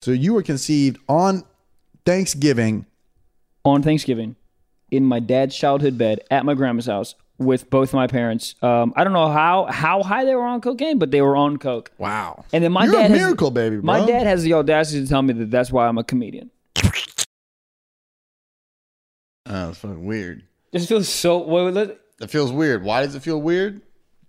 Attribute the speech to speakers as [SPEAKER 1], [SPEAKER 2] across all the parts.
[SPEAKER 1] So you were conceived on Thanksgiving.
[SPEAKER 2] on Thanksgiving in my dad's childhood bed at my grandma's house with both my parents. Um, I don't know how how high they were on cocaine, but they were on coke.
[SPEAKER 1] Wow.
[SPEAKER 2] And then my
[SPEAKER 1] You're
[SPEAKER 2] dad
[SPEAKER 1] a
[SPEAKER 2] has-
[SPEAKER 1] miracle baby, bro.
[SPEAKER 2] My dad has the audacity to tell me that that's why I'm a comedian.
[SPEAKER 1] Oh, it's fucking weird.
[SPEAKER 2] Just feels so. Well, let-
[SPEAKER 1] It feels weird. Why does it feel weird?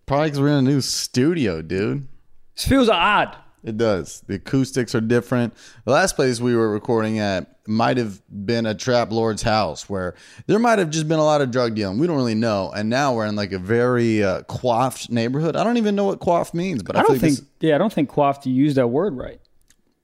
[SPEAKER 1] Probably because we're in a new studio, dude.
[SPEAKER 2] this feels odd.
[SPEAKER 1] It does. The acoustics are different. The last place we were recording at might have been a trap lord's house where there might have just been a lot of drug dealing. We don't really know. And now we're in like a very uh, coiffed neighborhood. I don't even know what coiffed means, but I,
[SPEAKER 2] I
[SPEAKER 1] feel
[SPEAKER 2] don't
[SPEAKER 1] like
[SPEAKER 2] think.
[SPEAKER 1] this-
[SPEAKER 2] Yeah, I don't think quaffed used that word right.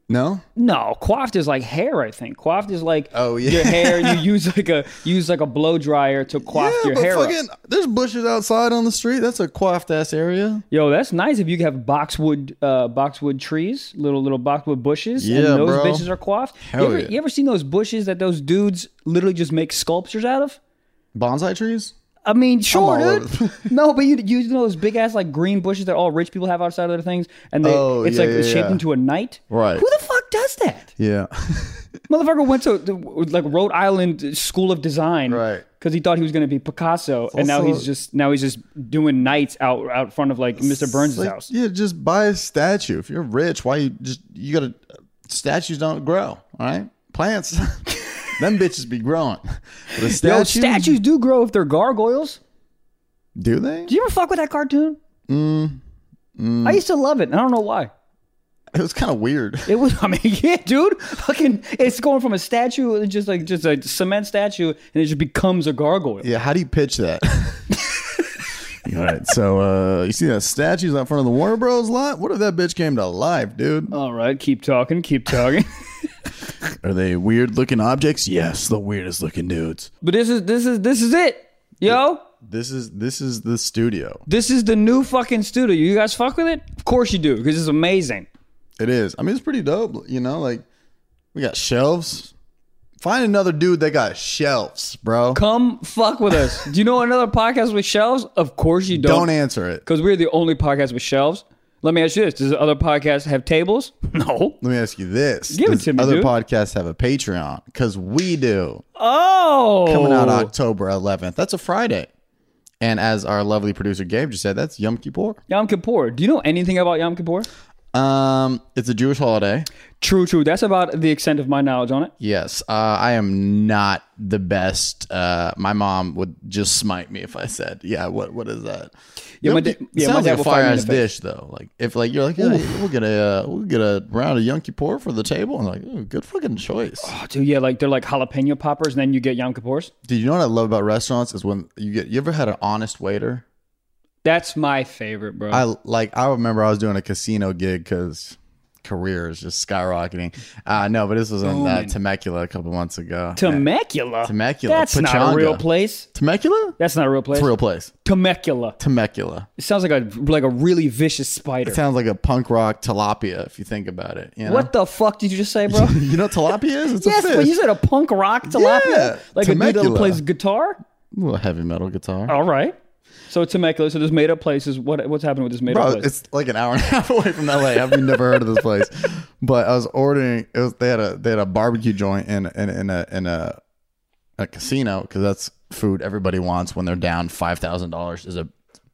[SPEAKER 1] no.
[SPEAKER 2] No, coiffed is like hair. I think coiffed is like
[SPEAKER 1] Oh, yeah.
[SPEAKER 2] your hair. You use like a you use like a blow dryer to coif
[SPEAKER 1] yeah,
[SPEAKER 2] your
[SPEAKER 1] but
[SPEAKER 2] hair. up.
[SPEAKER 1] fucking, there's bushes outside on the street. That's a coiffed ass area.
[SPEAKER 2] Yo, that's nice if you have boxwood uh, boxwood trees, little little boxwood bushes, and
[SPEAKER 1] Yeah,
[SPEAKER 2] those
[SPEAKER 1] bro.
[SPEAKER 2] bitches are coiffed.
[SPEAKER 1] Hell
[SPEAKER 2] you, ever,
[SPEAKER 1] yeah.
[SPEAKER 2] you ever seen those bushes that those dudes literally just make sculptures out of?
[SPEAKER 1] Bonsai trees?
[SPEAKER 2] I mean, sure,
[SPEAKER 1] all over
[SPEAKER 2] dude. no, but you you know those big ass like green bushes that all rich people have outside of their things, and they
[SPEAKER 1] Oh,
[SPEAKER 2] it's
[SPEAKER 1] yeah,
[SPEAKER 2] like
[SPEAKER 1] yeah,
[SPEAKER 2] it's shaped
[SPEAKER 1] yeah.
[SPEAKER 2] into a knight.
[SPEAKER 1] Right.
[SPEAKER 2] Who the fuck does that?
[SPEAKER 1] Yeah.
[SPEAKER 2] Motherfucker went to the, like Rhode Island School of Design,
[SPEAKER 1] Right.
[SPEAKER 2] Because he thought he was going to be Picasso, and now
[SPEAKER 1] also-
[SPEAKER 2] he's just now he's just doing nights out out front of like Mr. Burns'
[SPEAKER 1] Like,
[SPEAKER 2] house.
[SPEAKER 1] Yeah, just buy a statue. If you're rich, why you just you gotta statues don't grow, all right? Plants, them bitches be growing. But a statue,
[SPEAKER 2] Yo, statues do grow if they're gargoyles.
[SPEAKER 1] do they?
[SPEAKER 2] Do you ever fuck with that cartoon?
[SPEAKER 1] Mm,
[SPEAKER 2] I used to love it. and I don't know why.
[SPEAKER 1] It was kind of weird.
[SPEAKER 2] It was. I mean, yeah, dude. Fucking, it's going from a statue, it's just like just a cement statue, and it just becomes a gargoyle.
[SPEAKER 1] Yeah, how do you pitch that? all right, so uh, you see that statue's out front of the Warner Bros. lot? What if that bitch came to life, dude?
[SPEAKER 2] All right, keep talking, keep talking.
[SPEAKER 1] Are they weird looking objects? Yes, the weirdest looking dudes.
[SPEAKER 2] but this is this is this is it, yo.
[SPEAKER 1] This is this is the studio.
[SPEAKER 2] This is the new fucking studio. You guys fuck with it? Of course you do, because it's amazing.
[SPEAKER 1] It is. I mean, it's pretty dope. You know, like we got shelves. Find another dude that got shelves, bro.
[SPEAKER 2] Come fuck with us. do you know another podcast with shelves? Of course you
[SPEAKER 1] Don't answer it.
[SPEAKER 2] because we're the only podcast with shelves. Let me ask you this: Does the other podcast have tables? No.
[SPEAKER 1] Let me ask you this:
[SPEAKER 2] Give it
[SPEAKER 1] Does
[SPEAKER 2] to me,
[SPEAKER 1] Other
[SPEAKER 2] dude.
[SPEAKER 1] podcasts have a Patreon because we do.
[SPEAKER 2] Oh,
[SPEAKER 1] Coming out October 11th. That's a Friday. And as our lovely producer Gabe just said, that's Yom Kippur.
[SPEAKER 2] Yom Kippur. Do you know anything about Yom Kippur?
[SPEAKER 1] Um, it's a Jewish holiday.
[SPEAKER 2] True, true. That's about the extent of my knowledge on it.
[SPEAKER 1] Yes, uh, I am not the best. Uh, my mom would just smite me if I said, "Yeah, what what is that?"
[SPEAKER 2] Yeah, my
[SPEAKER 1] Yom
[SPEAKER 2] da-
[SPEAKER 1] Ki-
[SPEAKER 2] yeah, my
[SPEAKER 1] sounds
[SPEAKER 2] dad
[SPEAKER 1] like a
[SPEAKER 2] will fire
[SPEAKER 1] fire
[SPEAKER 2] me in
[SPEAKER 1] ass
[SPEAKER 2] the face.
[SPEAKER 1] dish though. Like if like you're like, yeah, we'll get a uh, we'll get a round of Yom Kippur for the table. I'm like, "Ooh, good fucking choice.
[SPEAKER 2] Oh, dude, yeah, like they're like jalapeno poppers, and then you get Yom Kippur's.
[SPEAKER 1] Dude, you know what I love about restaurants is when you get. You ever had an honest waiter?
[SPEAKER 2] That's my favorite, bro.
[SPEAKER 1] I like. I remember I was doing a casino gig because career is just skyrocketing. Uh, no, but this was in uh,
[SPEAKER 2] Booming.
[SPEAKER 1] Temecula a couple months ago.
[SPEAKER 2] Temecula.
[SPEAKER 1] Temecula,
[SPEAKER 2] That's not
[SPEAKER 1] Pachanga.
[SPEAKER 2] a real place.
[SPEAKER 1] Temecula.
[SPEAKER 2] That's not a real place.
[SPEAKER 1] It's a real place.
[SPEAKER 2] Temecula.
[SPEAKER 1] Temecula.
[SPEAKER 2] It sounds like a like a really vicious spider.
[SPEAKER 1] It sounds like a punk rock tilapia if you think about it. You know?
[SPEAKER 2] What the fuck did you just say, bro?
[SPEAKER 1] You know what tilapia is? It's
[SPEAKER 2] yes,
[SPEAKER 1] a fish.
[SPEAKER 2] but you said a punk rock tilapia,
[SPEAKER 1] Yeah,
[SPEAKER 2] like a dude
[SPEAKER 1] Temecula.
[SPEAKER 2] that plays guitar.
[SPEAKER 1] Little heavy metal guitar.
[SPEAKER 2] All right. So Temecula. So this made up places. What what's happening with this made
[SPEAKER 1] Bro,
[SPEAKER 2] up place?
[SPEAKER 1] it's like an hour and a half away from LA. I've never heard of this place. But I was ordering. It was, they had a they had a barbecue joint in in, in a in a a casino because that's food everybody wants when they're down five thousand dollars is a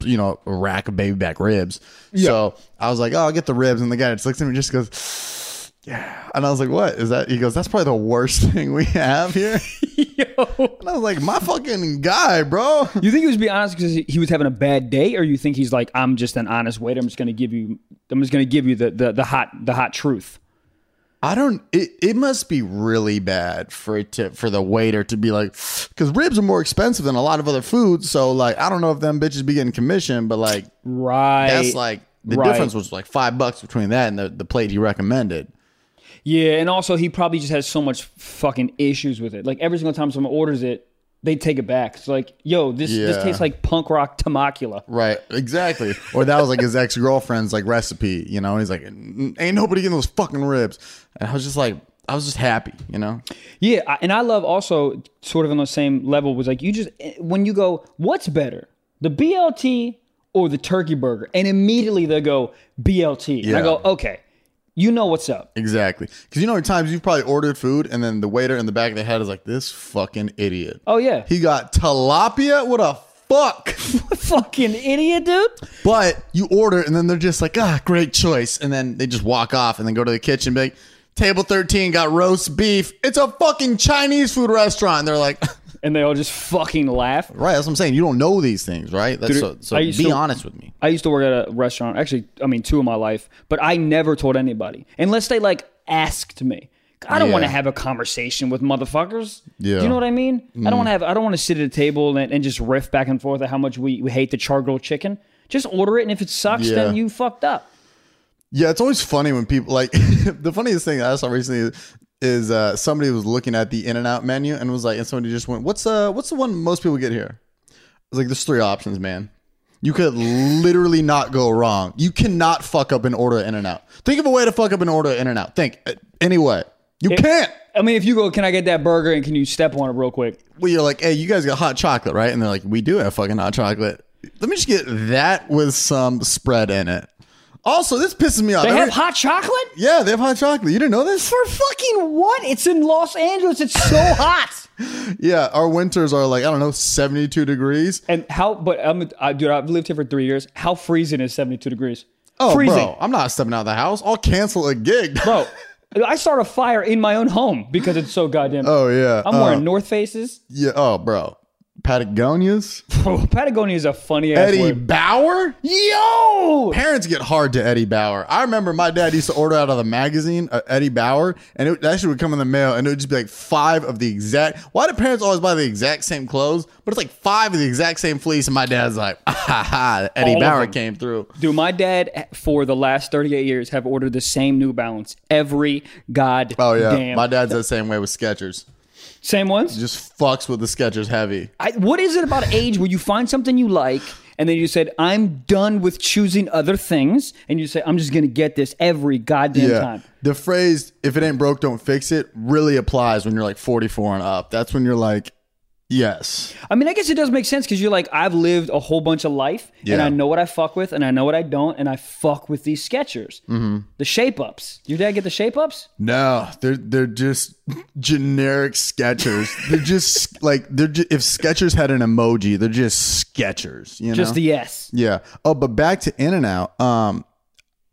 [SPEAKER 1] you know a rack of baby back ribs. So I was like, oh, I'll get the ribs, and the guy just looks at me and just goes. Yeah, and I was like, "What is that?" He goes, "That's probably the worst thing we have here."
[SPEAKER 2] Yo.
[SPEAKER 1] And I was like, "My fucking guy, bro."
[SPEAKER 2] You think he was being honest because he was having a bad day, or you think he's like, I'm just an honest waiter. I'm just gonna give you, I'm just gonna give you the the, the hot the hot truth.
[SPEAKER 1] I don't. It, it must be really bad for it to for the waiter to be like, because ribs are more expensive than a lot of other foods. So like, I don't know if them bitches be getting commission, but like,
[SPEAKER 2] Right.
[SPEAKER 1] that's like the
[SPEAKER 2] right.
[SPEAKER 1] difference was like five bucks between that and the, the plate he recommended.
[SPEAKER 2] yeah, and also he probably just has so much fucking issues with it. Like every single time someone orders it, they take it back. It's like, yo, this
[SPEAKER 1] Yeah.
[SPEAKER 2] this tastes like punk rock tamacula.
[SPEAKER 1] Right. Exactly. or that was like his ex girlfriend's like recipe, you know. And he's like, ain't nobody getting those fucking ribs. And I was just like, I was just happy, you know.
[SPEAKER 2] Yeah, I, and I love also sort of on the same level was like you just eh, when you go, what's better, the BLT or the turkey burger? And immediately they go BLT. And I
[SPEAKER 1] Yeah.
[SPEAKER 2] go, okay, You know what's up.
[SPEAKER 1] Exactly. Because you know, at times you've probably ordered food and then the waiter in the back of the head is like, this fucking idiot.
[SPEAKER 2] Oh yeah,
[SPEAKER 1] He got tilapia? What a fuck.
[SPEAKER 2] fucking idiot, dude.
[SPEAKER 1] but you order and then they're just like, ah, great choice. And then they just walk off and then go to the kitchen and be like, table 13 got roast beef. It's a fucking Chinese food restaurant. And they're like,
[SPEAKER 2] And they all just fucking laugh.
[SPEAKER 1] right, that's what I'm saying. You don't know these things, right? That's so
[SPEAKER 2] Dude,
[SPEAKER 1] so
[SPEAKER 2] I
[SPEAKER 1] be
[SPEAKER 2] used to-
[SPEAKER 1] honest with me.
[SPEAKER 2] I used to work at a restaurant, actually, I mean, two of my life, but I never told anybody unless they like asked me. I don't
[SPEAKER 1] Yeah.
[SPEAKER 2] want to have a conversation with motherfuckers.
[SPEAKER 1] Yeah. Mm.
[SPEAKER 2] Do you know what I mean? I don't want to have, I don't want to sit at a table and, and just riff back and forth at how much we, we hate the char grilled chicken. Just order it, and if it sucks,
[SPEAKER 1] Yeah.
[SPEAKER 2] then you fucked up.
[SPEAKER 1] Yeah, it's always funny when people like the funniest thing I saw recently is uh, somebody was looking at the In and Out menu and was like, and somebody just went, "What's uh, what's the one most people get here?" I was like, "There's three options, man. You could literally not go wrong. You cannot fuck up an order In and Out. Think of a way to fuck up an order In and Out. Think uh, anyway. You can't."
[SPEAKER 2] I mean, if you go, can I get that burger and can you step on it real quick?
[SPEAKER 1] Well, you're like, "Hey, you guys got hot chocolate, right?" And they're like, "We do have fucking hot chocolate. Let me just get that with some spread in it." Also, this pisses me off.
[SPEAKER 2] They
[SPEAKER 1] Every-
[SPEAKER 2] have hot chocolate?
[SPEAKER 1] yeah, they have hot chocolate. You didn't know this?
[SPEAKER 2] For fucking what? It's in Los Angeles. It's so hot.
[SPEAKER 1] Yeah, our winters are like I don't know, seventy-two degrees.
[SPEAKER 2] And how? But I'm, I, dude, I've lived here for three years. How freezing is 72 degrees?
[SPEAKER 1] Oh,
[SPEAKER 2] freezing,
[SPEAKER 1] bro, I'm not stepping out of the house. I'll cancel a gig.
[SPEAKER 2] bro. I start a fire in my own home because it's so goddamn.
[SPEAKER 1] Oh yeah,
[SPEAKER 2] I'm
[SPEAKER 1] Uh,
[SPEAKER 2] wearing North Faces.
[SPEAKER 1] yeah. Oh, bro, Patagonias.
[SPEAKER 2] Bro, Patagonia is a funny ass
[SPEAKER 1] Eddie
[SPEAKER 2] word.
[SPEAKER 1] Bauer.
[SPEAKER 2] Yo,
[SPEAKER 1] Parents get hard to Eddie Bauer. I remember my dad used to order out of the magazine uh, Eddie Bauer, and it, that shit would come in the mail, and it would just be like five of the exact. Why do parents always buy the exact same clothes? But it's like five of the exact same fleece, and my dad's like, ah, ha ha, Eddie
[SPEAKER 2] All of
[SPEAKER 1] Bauer
[SPEAKER 2] them.
[SPEAKER 1] came through.
[SPEAKER 2] dude, my dad for the last 38 years have ordered the same New Balance every goddamn.
[SPEAKER 1] Oh yeah, my dad's the same way with Skechers.
[SPEAKER 2] same ones.
[SPEAKER 1] Just fucks with the Skechers heavy.
[SPEAKER 2] I, what is it about age where you find something you like and then you said, I'm done with choosing other things? And you say, I'm just going to get this every goddamn time.
[SPEAKER 1] The phrase, if it ain't broke, don't fix it, really applies when you're like 44 and up. That's when you're like, yes.
[SPEAKER 2] I mean, I guess it does make sense because you're like, I've lived a whole bunch of life and
[SPEAKER 1] Yeah.
[SPEAKER 2] I know what I fuck with and I know what I don't. And I fuck with these sketchers. Mm-hmm. The shape ups. Your dad get the shape ups?
[SPEAKER 1] No, they're they're just generic Skechers. they're just like they're ju- if Skechers had an emoji, they're just Skechers. You know,
[SPEAKER 2] Just the yes.
[SPEAKER 1] yeah. Oh, but back to In and Out. Um,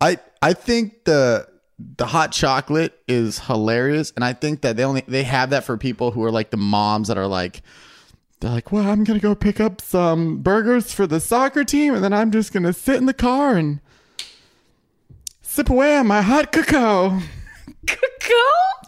[SPEAKER 1] I I think the the hot chocolate is hilarious, and I think that they only they have that for people who are like the moms that are like they're like, well, I'm gonna go pick up some burgers for the soccer team, and then I'm just gonna sit in the car and sip away on my hot cocoa.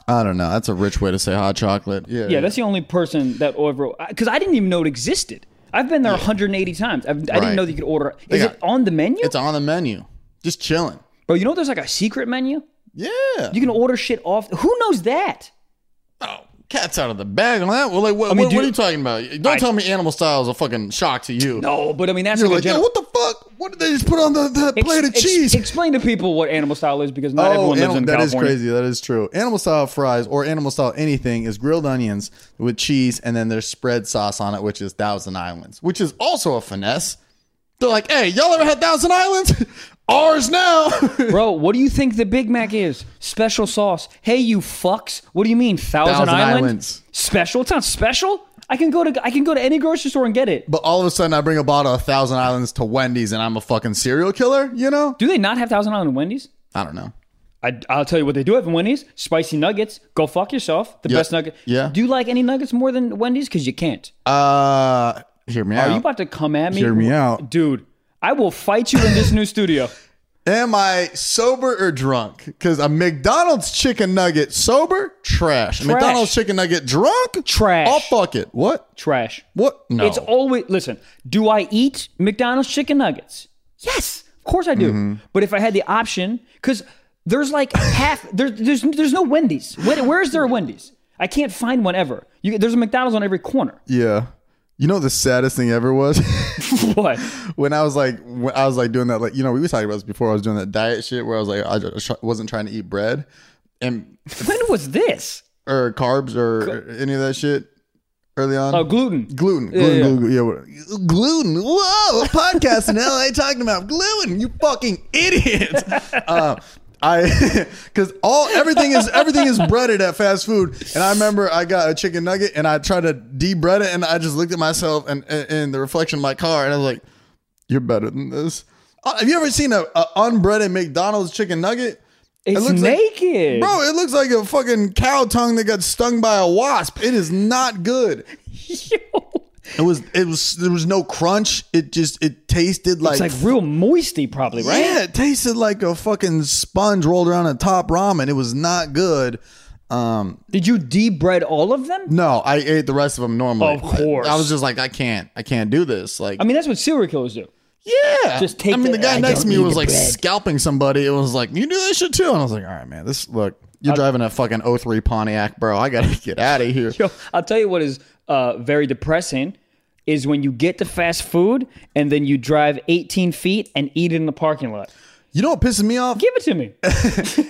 [SPEAKER 1] I don't know. That's a rich way to say hot chocolate. Yeah,
[SPEAKER 2] Yeah, that's the only person that ever, because I didn't even know it existed. I've been there 180 times. I've, I
[SPEAKER 1] Right.
[SPEAKER 2] didn't know that you could order. Is
[SPEAKER 1] got-
[SPEAKER 2] it on the menu?
[SPEAKER 1] it's on the menu, just chilling.
[SPEAKER 2] Bro, you know there's like a secret menu?
[SPEAKER 1] Yeah,
[SPEAKER 2] You can order shit off. Who knows that?
[SPEAKER 1] Oh, cat's out of the bag on that. Well, like, what,
[SPEAKER 2] mean,
[SPEAKER 1] what,
[SPEAKER 2] do
[SPEAKER 1] what are
[SPEAKER 2] you-
[SPEAKER 1] you talking about? Don't tell me animal style is a fucking shock to you.
[SPEAKER 2] No, but I mean that's
[SPEAKER 1] You're
[SPEAKER 2] like,
[SPEAKER 1] like,
[SPEAKER 2] a
[SPEAKER 1] yo,
[SPEAKER 2] general.
[SPEAKER 1] what the fuck? What did they just put on the, that plate of
[SPEAKER 2] Ex- ex-
[SPEAKER 1] cheese? Oh,
[SPEAKER 2] explain to people what animal style is because not everyone lives
[SPEAKER 1] animal-
[SPEAKER 2] in
[SPEAKER 1] that is
[SPEAKER 2] California.
[SPEAKER 1] crazy. That is true. Animal style fries or animal style anything is grilled onions with cheese, and then there's spread sauce on it, which is Thousand Islands, which is also a finesse. They're like, hey, y'all ever had Thousand Islands? Ours now.
[SPEAKER 2] Bro, what do you think the Big Mac is? Special sauce. Hey, you fucks. What do you mean, Thousand,
[SPEAKER 1] Thousand
[SPEAKER 2] Island?
[SPEAKER 1] Islands.
[SPEAKER 2] Special? It's not special. I can go to I can go to any grocery store and get it.
[SPEAKER 1] but all of a sudden, I bring a bottle of Thousand Islands to Wendy's, and I'm a fucking serial killer. You know?
[SPEAKER 2] Do they not have Thousand Island in Wendy's?
[SPEAKER 1] I don't know.
[SPEAKER 2] I, I'll tell you what they do have in Wendy's: spicy nuggets. Go fuck yourself. The
[SPEAKER 1] Yeah.
[SPEAKER 2] best nugget.
[SPEAKER 1] Yeah.
[SPEAKER 2] Do you like any nuggets more than Wendy's? Because you can't.
[SPEAKER 1] Uh, hear me
[SPEAKER 2] Are
[SPEAKER 1] out.
[SPEAKER 2] you about to come at me?
[SPEAKER 1] Hear me out.
[SPEAKER 2] dude. I will fight you in this new studio.
[SPEAKER 1] Am I sober or drunk? Because a McDonald's chicken nugget sober, trash. A McDonald's chicken nugget drunk,
[SPEAKER 2] Trash.
[SPEAKER 1] I'll fuck it. What?
[SPEAKER 2] Trash.
[SPEAKER 1] What? No.
[SPEAKER 2] It's always listen. Do I eat McDonald's chicken nuggets? Yes, of course I do.
[SPEAKER 1] Mm-hmm.
[SPEAKER 2] But if I had the option, because there's like half there, there's there's no Wendy's. Where, where is there a Wendy's? I can't find one ever. You, there's a McDonald's on every corner.
[SPEAKER 1] yeah. You know what the saddest thing ever was
[SPEAKER 2] What?
[SPEAKER 1] when I was like when I was like doing that like you know we were talking about this before I was doing that diet shit where I was like I just wasn't trying to eat bread and
[SPEAKER 2] When was this?
[SPEAKER 1] or carbs or any of that shit early on.
[SPEAKER 2] Oh, gluten.
[SPEAKER 1] Gluten, gluten, gluten, yeah. what- gluten. Whoa, a podcast in LA talking about gluten. You fucking idiots. Uh, I because all everything is everything is breaded at fast food, and I remember I got a chicken nugget and I tried to debread it, and I just looked at myself and in the reflection of my car, and I was like, "You're better than this." Uh, Have you ever seen a, a unbreaded McDonald's chicken nugget?
[SPEAKER 2] It's
[SPEAKER 1] looks like-
[SPEAKER 2] naked.
[SPEAKER 1] Bro, it looks like a fucking cow tongue that got stung by a wasp. It is not good.
[SPEAKER 2] Yo.
[SPEAKER 1] It was it was there was no crunch. It just it tasted like,
[SPEAKER 2] It's like real moisty, probably, right?
[SPEAKER 1] Yeah, it tasted like a fucking sponge rolled around a top ramen. It was not good. Um,
[SPEAKER 2] Did you debread all of them?
[SPEAKER 1] no, I ate the rest of them normally.
[SPEAKER 2] Of course.
[SPEAKER 1] I, I was just like, I can't, I can't do this. Like,
[SPEAKER 2] I mean, that's what serial killers do.
[SPEAKER 1] yeah.
[SPEAKER 2] just take
[SPEAKER 1] I mean,
[SPEAKER 2] the-
[SPEAKER 1] the, guy
[SPEAKER 2] I
[SPEAKER 1] next to
[SPEAKER 2] don't
[SPEAKER 1] me
[SPEAKER 2] need
[SPEAKER 1] was
[SPEAKER 2] the
[SPEAKER 1] like
[SPEAKER 2] bread.
[SPEAKER 1] scalping somebody. It was like, you do that shit too. And I was like, all right, man, this look, you're driving a fucking 03 Pontiac, bro. I gotta get out of here.
[SPEAKER 2] Yo, I'll tell you what is uh, very depressing is when you get to fast food and then you drive 18 feet and eat it in the parking lot.
[SPEAKER 1] You know what pisses me off?
[SPEAKER 2] Give it to me.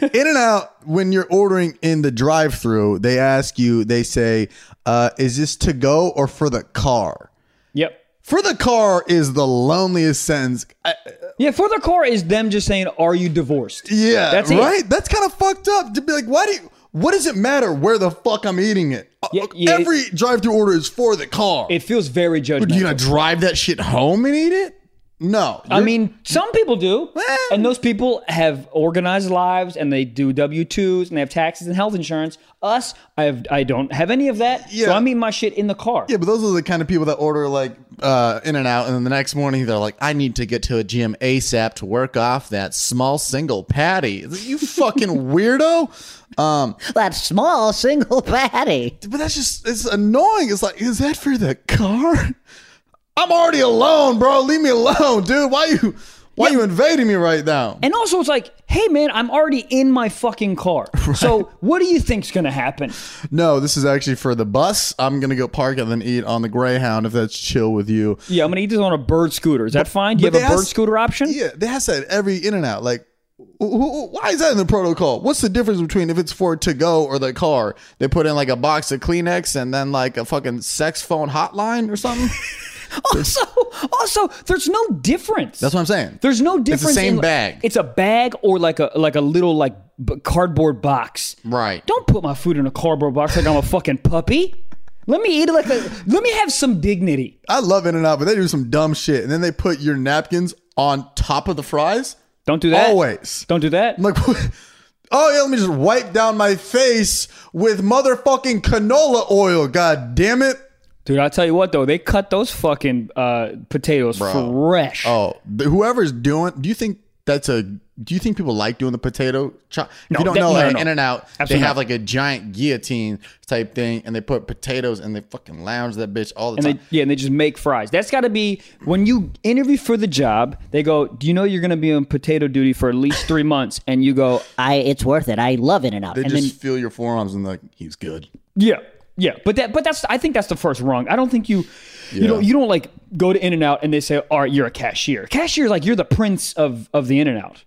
[SPEAKER 1] In and out, when you're ordering in the drive through, they ask you, they say, uh, is this to go or for the car?
[SPEAKER 2] yep.
[SPEAKER 1] For the car is the loneliest sentence. Uh, I,
[SPEAKER 2] Yeah, for the core is them just saying, "Are you divorced?"
[SPEAKER 1] yeah,
[SPEAKER 2] That's it.
[SPEAKER 1] right. That's kind of fucked up to be like, why do you? What does it matter where the fuck I'm eating it? Uh,
[SPEAKER 2] Yeah, yeah,
[SPEAKER 1] Every drive-through order is for the car.
[SPEAKER 2] It feels very judgmental.
[SPEAKER 1] you gonna drive that shit home and eat it? No.
[SPEAKER 2] I mean, some people do,
[SPEAKER 1] Well-
[SPEAKER 2] and those people have organized lives, and they do W twos, and they have taxes and health insurance. Us, I have, I don't have any of that, so
[SPEAKER 1] Yeah.
[SPEAKER 2] I'm eating my shit in the car.
[SPEAKER 1] yeah, but those are the kind of people that order like uh, in and out, and then the next morning they're like, "I need to get to a gym ASAP to work off that small single patty." It's like, You fucking weirdo! Um,
[SPEAKER 3] that small single patty.
[SPEAKER 1] but that's just it's annoying. It's like, is that for the car? I'm already alone, bro. Leave me alone, dude. Why you why you invading me right now?
[SPEAKER 2] And also, it's like, hey, man, I'm already in my fucking car. So, what do you think's gonna happen?
[SPEAKER 1] no, this is actually for the bus. I'm gonna go park and then eat on the Greyhound if that's chill with you.
[SPEAKER 2] Yeah, I'm gonna eat this on a bird scooter. Is that fine? Do you
[SPEAKER 1] but
[SPEAKER 2] have a
[SPEAKER 1] they
[SPEAKER 2] bird
[SPEAKER 1] ask-
[SPEAKER 2] scooter option?
[SPEAKER 1] Yeah, they have that every in and out. Like, wh- wh- why is that in the protocol? What's the difference between if it's for to go or the car? They put in like a box of Kleenex and then like a fucking sex phone hotline or something.
[SPEAKER 2] Also, also, there's no difference.
[SPEAKER 1] that's what I'm saying.
[SPEAKER 2] There's no difference.
[SPEAKER 1] same
[SPEAKER 2] in-
[SPEAKER 1] bag.
[SPEAKER 2] It's a bag or like a like a little like b- cardboard box.
[SPEAKER 1] Right.
[SPEAKER 2] Don't put my food in a cardboard box like I'm a fucking puppy. Let me eat it like a. Let me have some dignity.
[SPEAKER 1] I love In and Out, but they do some dumb shit, and then they put your napkins on top of the fries.
[SPEAKER 2] Don't do that.
[SPEAKER 1] Always.
[SPEAKER 2] Don't do that.
[SPEAKER 1] I'm like, what? oh yeah, let me just wipe down my face with motherfucking canola oil. God damn it!
[SPEAKER 2] Dude, I'll tell you what though, they cut those fucking uh, potatoes fresh.
[SPEAKER 1] Oh, th- whoever's doing, do you think that's a? Do you think people like doing the potato chop? If you don't
[SPEAKER 2] that-
[SPEAKER 1] know,
[SPEAKER 2] no, no,
[SPEAKER 1] at
[SPEAKER 2] no.
[SPEAKER 1] In and Out, they
[SPEAKER 2] Absolutely
[SPEAKER 1] have
[SPEAKER 2] not.
[SPEAKER 1] like a giant guillotine type thing, and they put potatoes and they fucking lounge that bitch all the
[SPEAKER 2] And
[SPEAKER 1] time.
[SPEAKER 2] they, yeah, and they just make fries. That's got to be when you interview for the job. They go, "Do you know you're going to be on potato duty for at least three months?" And you go,
[SPEAKER 3] I it's worth it. I love In and Out.
[SPEAKER 1] They,
[SPEAKER 3] And
[SPEAKER 1] just
[SPEAKER 3] then
[SPEAKER 1] feel your forearms and like he's good.
[SPEAKER 2] Yeah, yeah, but that, but that's, I think that's the first wrong. I don't think you, you don't, you don't like go to In and Out and they say, "All right, you're a cashier." Cashier, like you're the prince of of the In and Out.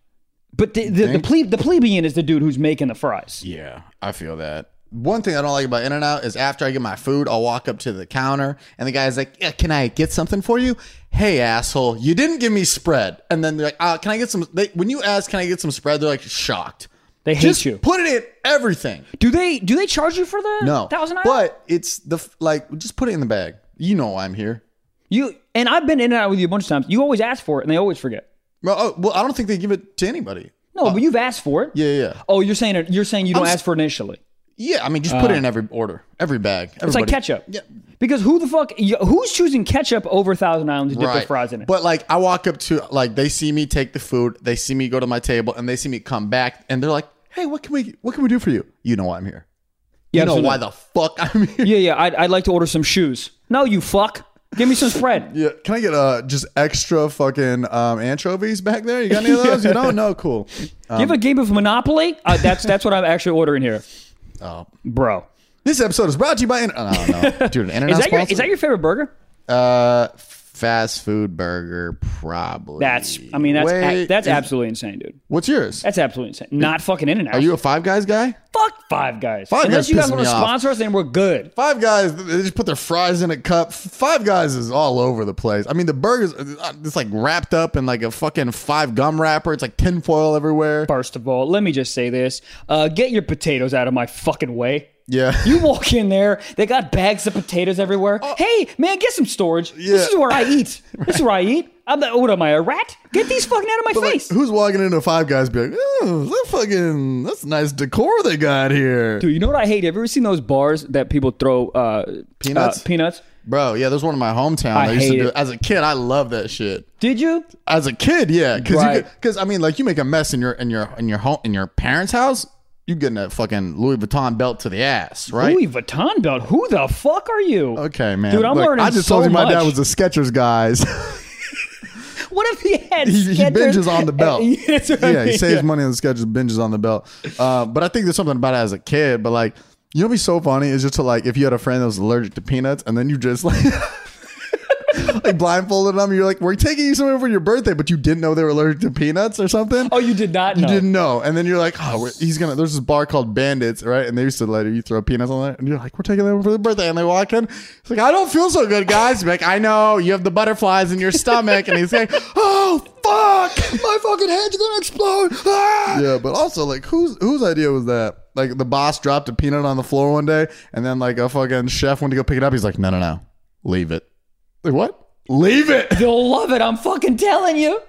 [SPEAKER 2] But the the, the, ple- the plebeian is the dude who's making the fries.
[SPEAKER 1] Yeah, I feel that. One thing I don't like about In and Out is after I get my food, I'll walk up to the counter and the guy's like, yeah, "Can I get something for you?" Hey, asshole, you didn't give me spread. And then they're like, uh, "Can I get some?" They, when you ask, "Can I get some spread?" They're like shocked.
[SPEAKER 2] They hate
[SPEAKER 1] Just
[SPEAKER 2] you.
[SPEAKER 1] put it in everything.
[SPEAKER 2] Do they do they charge you for the
[SPEAKER 1] No,
[SPEAKER 2] thousand?
[SPEAKER 1] but it's the f- like just put it in the bag. You know why I'm here.
[SPEAKER 2] you and I've been in and out with you a bunch of times. You always ask for it and they always forget.
[SPEAKER 1] Well, oh, well, I don't think they give it to anybody.
[SPEAKER 2] No, but you've asked for it.
[SPEAKER 1] Uh, Yeah, yeah,
[SPEAKER 2] Oh, you're saying it, you're saying you don't
[SPEAKER 1] s-
[SPEAKER 2] ask for it initially.
[SPEAKER 1] yeah. I mean, just put it in every order, every bag.
[SPEAKER 2] Uh, It's like ketchup. Yeah. Because who the fuck you- who's choosing ketchup over Thousand Island to dip their fries in it?
[SPEAKER 1] But like, I walk up to like they see me take the food, they see me go to my table, and they see me come back, and they're like, "Hey, what can we what can we do for you? You know why I'm here.
[SPEAKER 2] yeah,
[SPEAKER 1] You know
[SPEAKER 2] absolutely.
[SPEAKER 1] why the fuck I'm here.
[SPEAKER 2] Yeah, yeah. I'd, I'd like to order some shoes. No, you fuck. Give me some spread.
[SPEAKER 1] Yeah, can I get uh just extra fucking um anchovies back there? You got any of those? You don't? No, cool.
[SPEAKER 2] Give a game of Monopoly. Uh, that's that's what I'm actually ordering here,
[SPEAKER 1] Oh.
[SPEAKER 2] bro.
[SPEAKER 1] This episode is brought to you by. In- oh, no, no, dude, an internet
[SPEAKER 2] Is that your is that your favorite burger?
[SPEAKER 1] Uh, f- fast food burger, probably.
[SPEAKER 2] That's I mean that's
[SPEAKER 1] Wait,
[SPEAKER 2] that's
[SPEAKER 1] is-
[SPEAKER 2] absolutely insane, dude.
[SPEAKER 1] What's yours?
[SPEAKER 2] That's absolutely insane. Not fucking in and out.
[SPEAKER 1] Are you a Five Guys guy?
[SPEAKER 2] fuck Five Guys?
[SPEAKER 1] Five
[SPEAKER 2] Unless
[SPEAKER 1] Guys
[SPEAKER 2] you guys
[SPEAKER 1] pissed
[SPEAKER 2] want to
[SPEAKER 1] me off.
[SPEAKER 2] sponsor us, then we're good.
[SPEAKER 1] Five Guys, they just put their fries in a cup. Five Guys is all over the place. I mean, the burgers, uh, it's like wrapped up in like a fucking five gum wrapper. It's like tinfoil everywhere.
[SPEAKER 2] First of all, let me just say this: uh, get your potatoes out of my fucking way.
[SPEAKER 1] Yeah.
[SPEAKER 2] You walk in there, they got bags of potatoes everywhere. hey, man, get some storage.
[SPEAKER 1] Oh. Yeah.
[SPEAKER 2] This is where I eat. This is where I eat. I'm not, what am I, a rat? Get these fucking out of my
[SPEAKER 1] Like,
[SPEAKER 2] face.
[SPEAKER 1] who's walking into Five Guys be like, oh, that fucking, that's nice decor they got here.
[SPEAKER 2] Dude, you know what I hate? Have you ever seen those bars that people throw uh,
[SPEAKER 1] Peanuts?
[SPEAKER 2] uh, peanuts.
[SPEAKER 1] Bro, yeah, there's one in my hometown.
[SPEAKER 2] I
[SPEAKER 1] that used
[SPEAKER 2] hate
[SPEAKER 1] to do
[SPEAKER 2] it.
[SPEAKER 1] it. As a kid, I love that shit.
[SPEAKER 2] Did you?
[SPEAKER 1] As a kid, yeah, because
[SPEAKER 2] Right.
[SPEAKER 1] because I mean, like you make a mess in your in your in your home in your parents' house, you getting a fucking Louis Vuitton belt to the ass, right?
[SPEAKER 2] Louis Vuitton belt. Who the fuck are you?
[SPEAKER 1] Okay, man.
[SPEAKER 2] Dude, I'm
[SPEAKER 1] Look,
[SPEAKER 2] learning
[SPEAKER 1] I just
[SPEAKER 2] so
[SPEAKER 1] told you my
[SPEAKER 2] much.
[SPEAKER 1] dad was a Skechers guys.
[SPEAKER 2] What if he had?
[SPEAKER 1] he, he
[SPEAKER 2] Skechers?
[SPEAKER 1] binges on the belt.
[SPEAKER 2] That's what I
[SPEAKER 1] yeah, he
[SPEAKER 2] mean.
[SPEAKER 1] saves
[SPEAKER 2] Yeah.
[SPEAKER 1] money on the Skechers, binges on the belt. Uh, but I think there's something about it as a kid. But like, you know, what'd be so funny is just to like if you had a friend that was allergic to peanuts, and then you just like. like blindfolded them, you're like, we're taking you somewhere for your birthday, but you didn't know they were allergic to peanuts or something.
[SPEAKER 2] Oh, you did not.
[SPEAKER 1] You
[SPEAKER 2] know.
[SPEAKER 1] didn't know, and then you're like, "Oh, we're- he's gonna." There's this bar called Bandits, right? And they used to let you throw peanuts on there, and you're like, "We're taking them for the birthday." And they walk in, he's like, "I don't feel so good, guys." Be like, "I know you have the butterflies in your stomach," and he's like, "Oh fuck, my fucking head's gonna explode!" Ah!" Yeah, but also like, whose whose idea was that? Like, the boss dropped a peanut on the floor one day, and then like a fucking chef went to go pick it up. He's like, "No, no, no, leave it." Like what? Leave it.
[SPEAKER 2] They'll love it. I'm fucking telling you.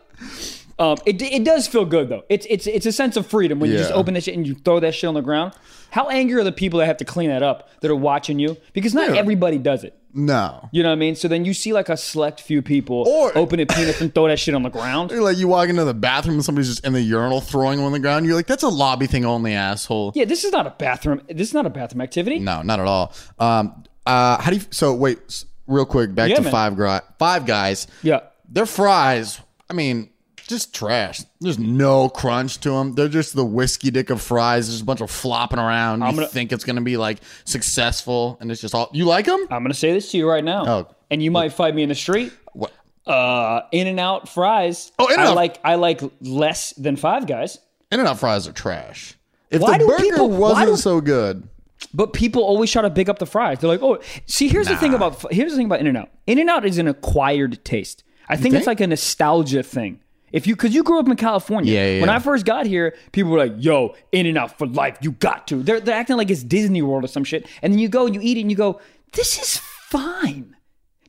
[SPEAKER 2] Um, it, it does feel good though. It's it's it's a sense of freedom when you just
[SPEAKER 1] Yeah.
[SPEAKER 2] open that shit and you throw that shit on the ground. How angry are the people that have to clean that up that are watching you? Because not everybody does it.
[SPEAKER 1] No.
[SPEAKER 2] You know what I mean? So then you see like a select few people
[SPEAKER 1] Or-
[SPEAKER 2] open a peanut and throw that shit on the ground.
[SPEAKER 1] You're like you walk into the bathroom and somebody's just in the urinal throwing them on the ground. You're like, that's a lobby thing only, asshole.
[SPEAKER 2] Yeah, this is not a bathroom. This is not a bathroom activity.
[SPEAKER 1] No, not at all. Um, uh, how do you? So wait, s- real quick, back
[SPEAKER 2] Yeah,
[SPEAKER 1] to
[SPEAKER 2] man.
[SPEAKER 1] five gri- five guys.
[SPEAKER 2] Yeah.
[SPEAKER 1] their fries. I mean, just trash. There's no crunch to them. They're just the whiskey dick of fries. There's a bunch of flopping around. You
[SPEAKER 2] gonna-
[SPEAKER 1] think it's gonna be like successful, and it's just all. You like them?
[SPEAKER 2] I'm gonna say this to you right now,
[SPEAKER 1] Oh.
[SPEAKER 2] and you might find me in the street.
[SPEAKER 1] What?
[SPEAKER 2] Uh, In and Out fries.
[SPEAKER 1] Oh,
[SPEAKER 2] I
[SPEAKER 1] In-N-Out.
[SPEAKER 2] like I like less than Five Guys.
[SPEAKER 1] In-N-Out fries are trash. If
[SPEAKER 2] Why
[SPEAKER 1] the
[SPEAKER 2] do
[SPEAKER 1] burger
[SPEAKER 2] people- why
[SPEAKER 1] wasn't
[SPEAKER 2] do-
[SPEAKER 1] so good,
[SPEAKER 2] But people always try to big up the fries. They're like, "Oh, see, here's the thing about here's the thing about In-N-Out. In-N-Out is an acquired taste. I think,
[SPEAKER 1] think?
[SPEAKER 2] it's like a nostalgia thing. If you because you grew up in California,
[SPEAKER 1] Yeah, yeah,
[SPEAKER 2] when
[SPEAKER 1] yeah.
[SPEAKER 2] I first got here, people were like, "Yo, In-N-Out for life. You got to." They're they're acting like it's Disney World or some shit. And then you go and you eat it and you go, "This is fine.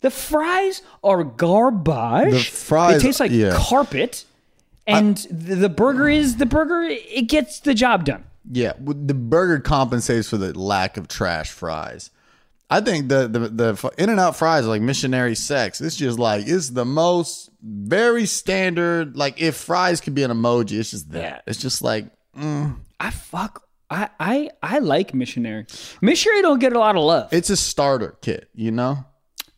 [SPEAKER 2] The fries are garbage.
[SPEAKER 1] The fries-
[SPEAKER 2] they taste like
[SPEAKER 1] yeah.
[SPEAKER 2] carpet." And the the burger is the burger. It gets the job done.
[SPEAKER 1] Yeah, w- the burger compensates for the lack of trash fries. I think the the, the In and Out fries are like missionary sex. It's just like it's the most very standard. Like if fries could be an emoji, it's just that. It's just like
[SPEAKER 2] I fuck. I I I like missionary. Missionary don't get a lot of love.
[SPEAKER 1] it's a starter kit. You know,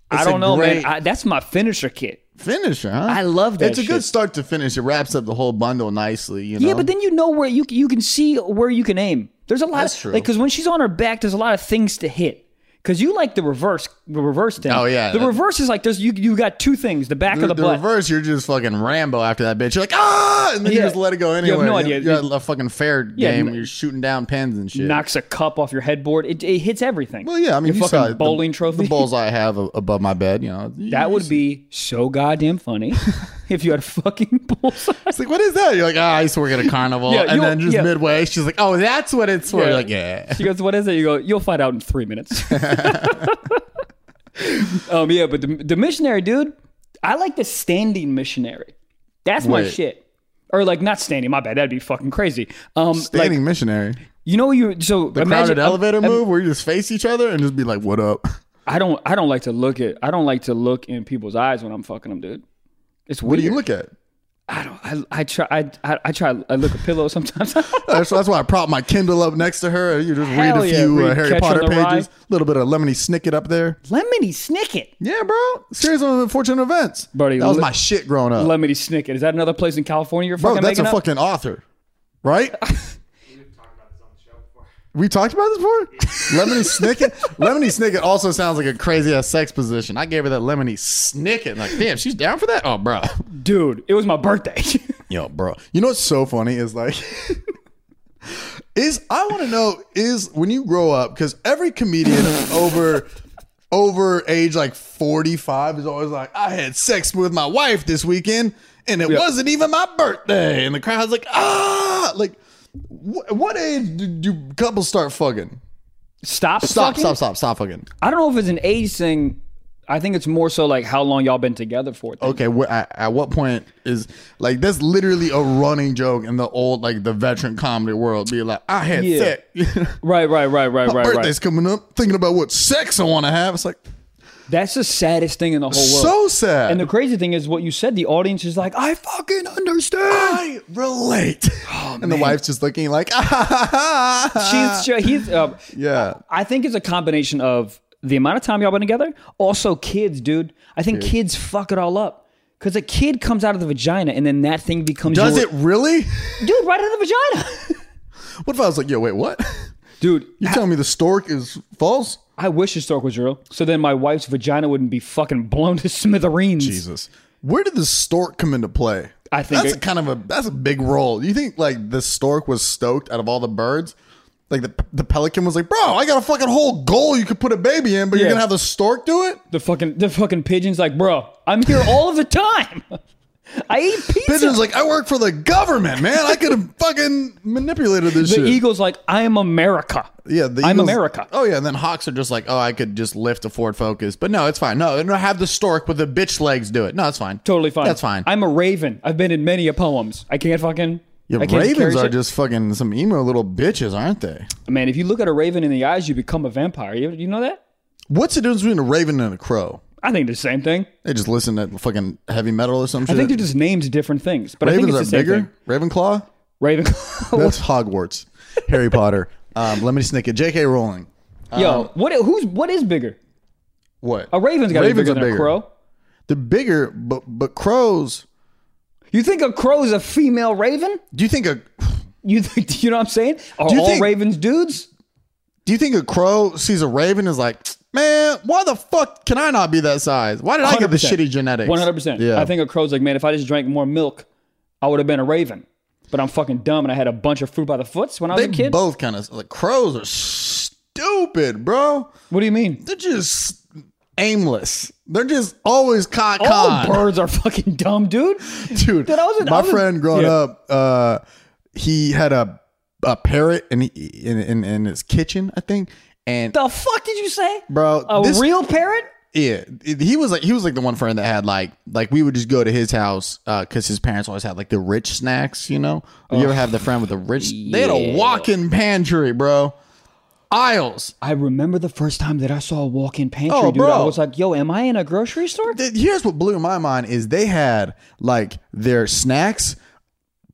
[SPEAKER 2] I
[SPEAKER 1] It's a
[SPEAKER 2] don't know,
[SPEAKER 1] great
[SPEAKER 2] man. I, that's my finisher kit.
[SPEAKER 1] finisher. Huh?
[SPEAKER 2] I love that
[SPEAKER 1] It's a good
[SPEAKER 2] shit.
[SPEAKER 1] start to finish. It wraps up the whole bundle nicely. You know.
[SPEAKER 2] Yeah, but then you know where you you can see where you can aim. There's a lot.
[SPEAKER 1] That's
[SPEAKER 2] of,
[SPEAKER 1] true.
[SPEAKER 2] Like because when she's on her back, there's a lot of things to hit. Because you like the reverse, the reverse thing.
[SPEAKER 1] Oh, yeah.
[SPEAKER 2] the reverse is like there's you you got two things: the back of
[SPEAKER 1] the,
[SPEAKER 2] the,
[SPEAKER 1] the
[SPEAKER 2] butt.
[SPEAKER 1] reverse, you're just fucking Rambo after that bitch. You're like, ah, and then you
[SPEAKER 2] Yeah.
[SPEAKER 1] just let it go
[SPEAKER 2] You have
[SPEAKER 1] anyway.
[SPEAKER 2] no idea.
[SPEAKER 1] You're at a fucking fair
[SPEAKER 2] Yeah,
[SPEAKER 1] game.
[SPEAKER 2] n-
[SPEAKER 1] where you're shooting down pins and shit.
[SPEAKER 2] Knocks a cup off your headboard. It, it hits everything.
[SPEAKER 1] Well, yeah, I mean,
[SPEAKER 2] your
[SPEAKER 1] you
[SPEAKER 2] fucking
[SPEAKER 1] saw the-
[SPEAKER 2] bowling trophy.
[SPEAKER 1] the bowls I have a- above my bed. You know,
[SPEAKER 2] that would be so goddamn funny if you had a fucking bullseye.
[SPEAKER 1] It's like, what is that? You're like, ah, I used to work at a carnival,
[SPEAKER 2] Yeah,
[SPEAKER 1] and
[SPEAKER 2] you-
[SPEAKER 1] then just
[SPEAKER 2] yeah.
[SPEAKER 1] midway, she's like, oh, that's what it's for.
[SPEAKER 2] Yeah.
[SPEAKER 1] You're like, yeah,
[SPEAKER 2] She goes, "What is it?" You go, "You'll find out in three minutes." um, yeah, but the, the missionary dude, I like the standing missionary. That's my
[SPEAKER 1] Wait.
[SPEAKER 2] shit. Or like not standing. My bad. That'd be fucking crazy. Um,
[SPEAKER 1] standing
[SPEAKER 2] like
[SPEAKER 1] missionary.
[SPEAKER 2] you know you so
[SPEAKER 1] The
[SPEAKER 2] imagine
[SPEAKER 1] crowded elevator
[SPEAKER 2] um, um,
[SPEAKER 1] move where you just face each other and just be like, what up?
[SPEAKER 2] I don't I don't like to look at I don't like to look in people's eyes when I'm fucking them, dude. It's weird.
[SPEAKER 1] What do you look at?
[SPEAKER 2] I don't. I, I try. I, I I try. I look at pillows sometimes.
[SPEAKER 1] That's, that's why I prop my Kindle up next to her. You just
[SPEAKER 2] Hell
[SPEAKER 1] read a
[SPEAKER 2] yeah,
[SPEAKER 1] few uh,
[SPEAKER 2] read
[SPEAKER 1] Harry
[SPEAKER 2] Catcher in
[SPEAKER 1] Potter
[SPEAKER 2] the Rye.
[SPEAKER 1] pages, a little bit of Lemony Snicket up there.
[SPEAKER 2] Lemony Snicket.
[SPEAKER 1] Yeah, bro. Series of unfortunate events.
[SPEAKER 2] Buddy,
[SPEAKER 1] that was
[SPEAKER 2] le-
[SPEAKER 1] my shit growing up.
[SPEAKER 2] Lemony Snicket. Is that another place in California? You're
[SPEAKER 1] bro,
[SPEAKER 2] fucking
[SPEAKER 1] that's a
[SPEAKER 2] making up?
[SPEAKER 1] fucking author, right? We talked about this before? Lemony Snicket? Lemony Snicket also sounds like a crazy ass sex position. I gave her that Lemony Snicket. Like, damn, she's down for that? Oh, bro.
[SPEAKER 2] Dude, it was my birthday.
[SPEAKER 1] Yo, bro. You know what's so funny is like, is I want to know is when you grow up because every comedian over over age like forty five is always like, I had sex with my wife this weekend and it wasn't even my birthday, and the crowd's like, ah, like. wh- What age do, do couples start fucking?
[SPEAKER 2] stop,
[SPEAKER 1] Stop!
[SPEAKER 2] fucking?
[SPEAKER 1] Stop! Stop! Stop fucking!
[SPEAKER 2] I don't know if it's an age thing. I think it's more so like how long y'all been together for. thing.
[SPEAKER 1] Okay, wh- at, at what point is like that's literally a running joke in the old like the veteran comedy world? Be like, I had
[SPEAKER 2] Yeah.
[SPEAKER 1] sex.
[SPEAKER 2] Right, right, right, right, right,
[SPEAKER 1] birthday's
[SPEAKER 2] right.
[SPEAKER 1] coming up, thinking about what sex I want to have. It's like
[SPEAKER 2] That's the saddest thing in the whole world.
[SPEAKER 1] so sad.
[SPEAKER 2] and the crazy thing is, what you said, the audience is like, "Ah, I fucking understand.
[SPEAKER 1] I relate.
[SPEAKER 2] Oh,
[SPEAKER 1] and the wife's just looking like, ah, ha, ha, ha.
[SPEAKER 2] She's, she- he's, uh,
[SPEAKER 1] yeah,
[SPEAKER 2] I think it's a combination of the amount of time y'all been together, also kids, dude. I think kids fuck it all up. Because a kid comes out of the vagina and then that thing becomes
[SPEAKER 1] does
[SPEAKER 2] your-
[SPEAKER 1] it really?
[SPEAKER 2] Dude, right out of the vagina.
[SPEAKER 1] What if I was like, yo, wait, what?
[SPEAKER 2] dude,
[SPEAKER 1] You telling me the stork is false?
[SPEAKER 2] I wish the stork was real. So then my wife's vagina wouldn't be fucking blown to smithereens.
[SPEAKER 1] Jesus, where did the stork come into play?
[SPEAKER 2] I think
[SPEAKER 1] that's
[SPEAKER 2] it-
[SPEAKER 1] a kind of a that's a big role. You think like the stork was stoked out of all the birds? Like the, the pelican was like, bro, I got a fucking whole goal you could put a baby in, but you're
[SPEAKER 2] Yeah.
[SPEAKER 1] gonna have the stork do it?
[SPEAKER 2] The fucking the fucking pigeon's like, bro, I'm here all of the time. I eat pizza.
[SPEAKER 1] Pigeon's like, I work for the government, man. I could have fucking manipulated this
[SPEAKER 2] the
[SPEAKER 1] shit.
[SPEAKER 2] eagle's like, I am America.
[SPEAKER 1] yeah, the
[SPEAKER 2] I'm
[SPEAKER 1] eagles-
[SPEAKER 2] America.
[SPEAKER 1] Oh yeah, and then hawks are just like, oh, I could just lift a Ford Focus, but no, it's fine. No, no, have the stork with the bitch legs do it. No, it's fine.
[SPEAKER 2] Totally fine.
[SPEAKER 1] That's fine.
[SPEAKER 2] I'm a raven. I've been in many a poems. I can't fucking.
[SPEAKER 1] yeah,
[SPEAKER 2] I can't carry
[SPEAKER 1] ravens are
[SPEAKER 2] shit.
[SPEAKER 1] just fucking some emo little bitches, aren't they?
[SPEAKER 2] Man, if you look at a raven in the eyes, you become a vampire. You, you know that?
[SPEAKER 1] What's the difference between a raven and a crow?
[SPEAKER 2] I think they're the same thing.
[SPEAKER 1] They just listen to fucking heavy metal or some shit.
[SPEAKER 2] I think they're just named different things, but
[SPEAKER 1] ravens
[SPEAKER 2] I think it's the
[SPEAKER 1] are
[SPEAKER 2] same thing.
[SPEAKER 1] bigger. Ravenclaw.
[SPEAKER 2] Raven.
[SPEAKER 1] That's Hogwarts. Harry Potter. Um, let me snick it. J.K. Rowling. Um,
[SPEAKER 2] Yo, what? Who's what is bigger?
[SPEAKER 1] What?
[SPEAKER 2] A raven's got to be
[SPEAKER 1] Ravens
[SPEAKER 2] bigger
[SPEAKER 1] are
[SPEAKER 2] than a
[SPEAKER 1] bigger.
[SPEAKER 2] crow.
[SPEAKER 1] They're bigger, but but crows.
[SPEAKER 2] You think a crow's a female raven?
[SPEAKER 1] Do you think a
[SPEAKER 2] You think you know what I'm saying? Are
[SPEAKER 1] Do you
[SPEAKER 2] all
[SPEAKER 1] think-
[SPEAKER 2] ravens dudes?
[SPEAKER 1] Do you think a crow sees a raven and is like, man, why the fuck can I not be that size? Why did I get the
[SPEAKER 2] 100%.
[SPEAKER 1] shitty genetics?
[SPEAKER 2] One hundred percent.
[SPEAKER 1] Yeah.
[SPEAKER 2] I think a crow's like, man, if I just drank more milk, I would have been a raven. But I'm fucking dumb, and I had a bunch of fruit by the foots when I was
[SPEAKER 1] they
[SPEAKER 2] a kid.
[SPEAKER 1] both kind of like crows are stupid, bro.
[SPEAKER 2] what do you mean?
[SPEAKER 1] They're just aimless. They're just always caught
[SPEAKER 2] All
[SPEAKER 1] caught.
[SPEAKER 2] birds are fucking dumb, dude.
[SPEAKER 1] Dude,
[SPEAKER 2] Oh, Dude, I was in- I
[SPEAKER 1] my
[SPEAKER 2] was in-
[SPEAKER 1] friend growing
[SPEAKER 2] Yeah.
[SPEAKER 1] up, uh, he had a a parrot in, in in in his kitchen, I think. And
[SPEAKER 2] The fuck did you say,
[SPEAKER 1] bro,
[SPEAKER 2] A
[SPEAKER 1] this
[SPEAKER 2] real parrot?
[SPEAKER 1] Yeah, it- he was like he was like the one friend that had like like we would just go to his house because his parents always had like the rich snacks, you know. You ever have the friend with the rich? They had a walk-in pantry, bro. Aisles.
[SPEAKER 2] I remember the first time that I saw a walk-in pantry,
[SPEAKER 1] Oh,
[SPEAKER 2] dude. I
[SPEAKER 1] bro.
[SPEAKER 2] was like, yo, am I in a grocery store?
[SPEAKER 1] Th- Here's what blew my mind is they had like their snacks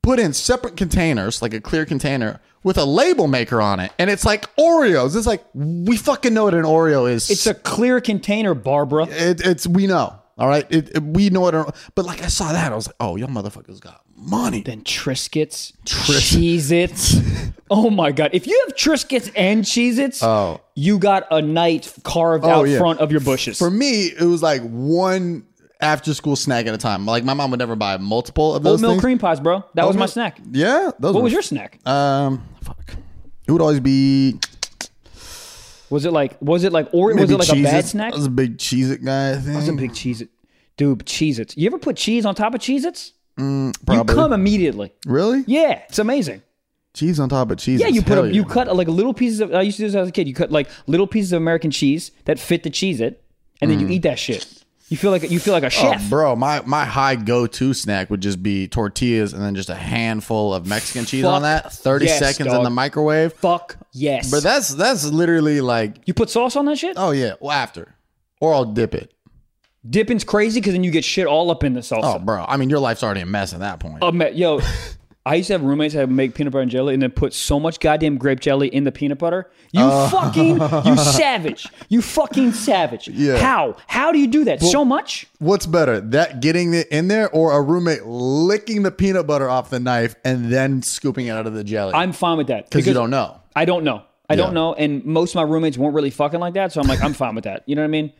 [SPEAKER 1] put in separate containers, like a clear container with a label maker on it, and it's like Oreos. It's like we fucking know what an Oreo is.
[SPEAKER 2] It's a clear container, Barbara.
[SPEAKER 1] it, it's we know. All right, it, it- we know it. But like I saw that, I was like, "Oh, y'all motherfuckers got money."
[SPEAKER 2] Then Triscuits, Cheez Its. oh my God. If you have Triscuits and Cheez Its,
[SPEAKER 1] Oh.
[SPEAKER 2] you got a night carved out
[SPEAKER 1] yeah.
[SPEAKER 2] front of your bushes.
[SPEAKER 1] For me, it was like one after school snack at a time. Like my mom would never buy multiple of those
[SPEAKER 2] Oatmeal
[SPEAKER 1] things.
[SPEAKER 2] cream pies, bro. That was my
[SPEAKER 1] Oatmeal-
[SPEAKER 2] snack.
[SPEAKER 1] Yeah, those.
[SPEAKER 2] What was your snack?
[SPEAKER 1] Um, fuck. It would always be
[SPEAKER 2] Was it like was it like or was
[SPEAKER 1] maybe
[SPEAKER 2] it like a bad
[SPEAKER 1] Cheez-Its.
[SPEAKER 2] snack?
[SPEAKER 1] I was a big cheese it guy. I think.
[SPEAKER 2] It's a big Cheez It. Dude, Cheez Its. You ever put cheese on top of Cheez Its?
[SPEAKER 1] Mm, Probably.
[SPEAKER 2] You come immediately.
[SPEAKER 1] really?
[SPEAKER 2] Yeah, it's amazing.
[SPEAKER 1] Cheese on top of cheese.
[SPEAKER 2] Yeah, you put a, you cut uh, like little pieces of. I used to do this as a kid. You cut like little pieces of American cheese that fit the cheese it, and
[SPEAKER 1] Mm.
[SPEAKER 2] then you eat that shit. You feel like you feel
[SPEAKER 1] Oh,
[SPEAKER 2] like a chef.
[SPEAKER 1] Bro, my, my high go to snack would just be tortillas and then just a handful of Mexican cheese
[SPEAKER 2] Fuck
[SPEAKER 1] on that. Thirty
[SPEAKER 2] yes,
[SPEAKER 1] seconds in
[SPEAKER 2] dog.
[SPEAKER 1] the microwave.
[SPEAKER 2] Fuck yes.
[SPEAKER 1] But that's that's literally like
[SPEAKER 2] you put sauce on that shit?
[SPEAKER 1] oh yeah, well after or I'll dip it.
[SPEAKER 2] Dipping's crazy because then you get shit all up in the
[SPEAKER 1] Oh,
[SPEAKER 2] salsa.
[SPEAKER 1] bro, I mean your life's already a mess at that point.
[SPEAKER 2] Oh, man, yo, I used to have roommates that would make peanut butter and jelly and then put so much goddamn grape jelly in the peanut butter. You
[SPEAKER 1] Uh.
[SPEAKER 2] fucking, you savage. You fucking savage.
[SPEAKER 1] Yeah.
[SPEAKER 2] How? How do you do that? so much?
[SPEAKER 1] What's better, that getting it in there or a roommate licking the peanut butter off the knife and then scooping it out of the jelly?
[SPEAKER 2] I'm fine with that.
[SPEAKER 1] Because you don't know.
[SPEAKER 2] I don't know. I don't
[SPEAKER 1] Yeah.
[SPEAKER 2] know. And most of my roommates weren't really fucking like that, so I'm like, I'm fine with that. You know what I mean?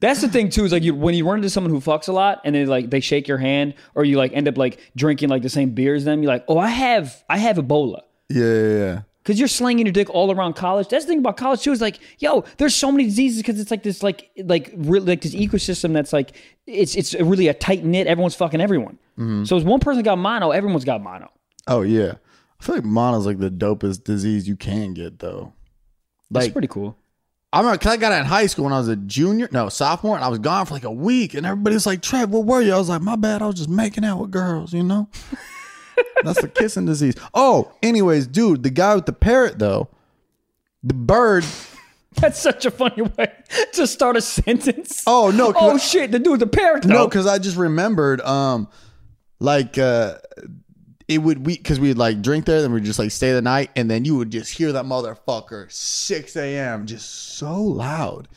[SPEAKER 2] That's the thing too is like you when you run into someone who fucks a lot and they like they shake your hand or you like end up like drinking like the same beer as them. You're like, oh, I have I have Ebola.
[SPEAKER 1] Yeah, yeah, yeah.
[SPEAKER 2] Cause you're slinging your dick all around college. That's the thing about college too. Is like, yo, there's so many diseases because it's like this, like, like really, like this ecosystem that's like, it's it's really a tight knit. Everyone's fucking everyone.
[SPEAKER 1] Mm-hmm.
[SPEAKER 2] So if one person got mono, everyone's got mono.
[SPEAKER 1] Oh yeah. I feel like mono's like the dopest disease you can get though.
[SPEAKER 2] That's
[SPEAKER 1] Like
[SPEAKER 2] pretty cool.
[SPEAKER 1] I remember 'cause I got it in high school when I was a junior, no sophomore, and I was gone for like a week, and everybody's like, "Trev, where were you?" I was like, "My bad, I was just making out with girls," you know. That's the kissing disease. Oh, anyways, dude, the guy with the parrot though, the bird.
[SPEAKER 2] That's such a funny way to start a sentence.
[SPEAKER 1] Oh no! 'cause
[SPEAKER 2] oh
[SPEAKER 1] I-
[SPEAKER 2] shit, the dude, the parrot.
[SPEAKER 1] No,
[SPEAKER 2] No,
[SPEAKER 1] because I just remembered, um, like uh, it would we because we'd like drink there, then we'd just like stay the night, and then you would just hear that motherfucker six a.m. just so loud.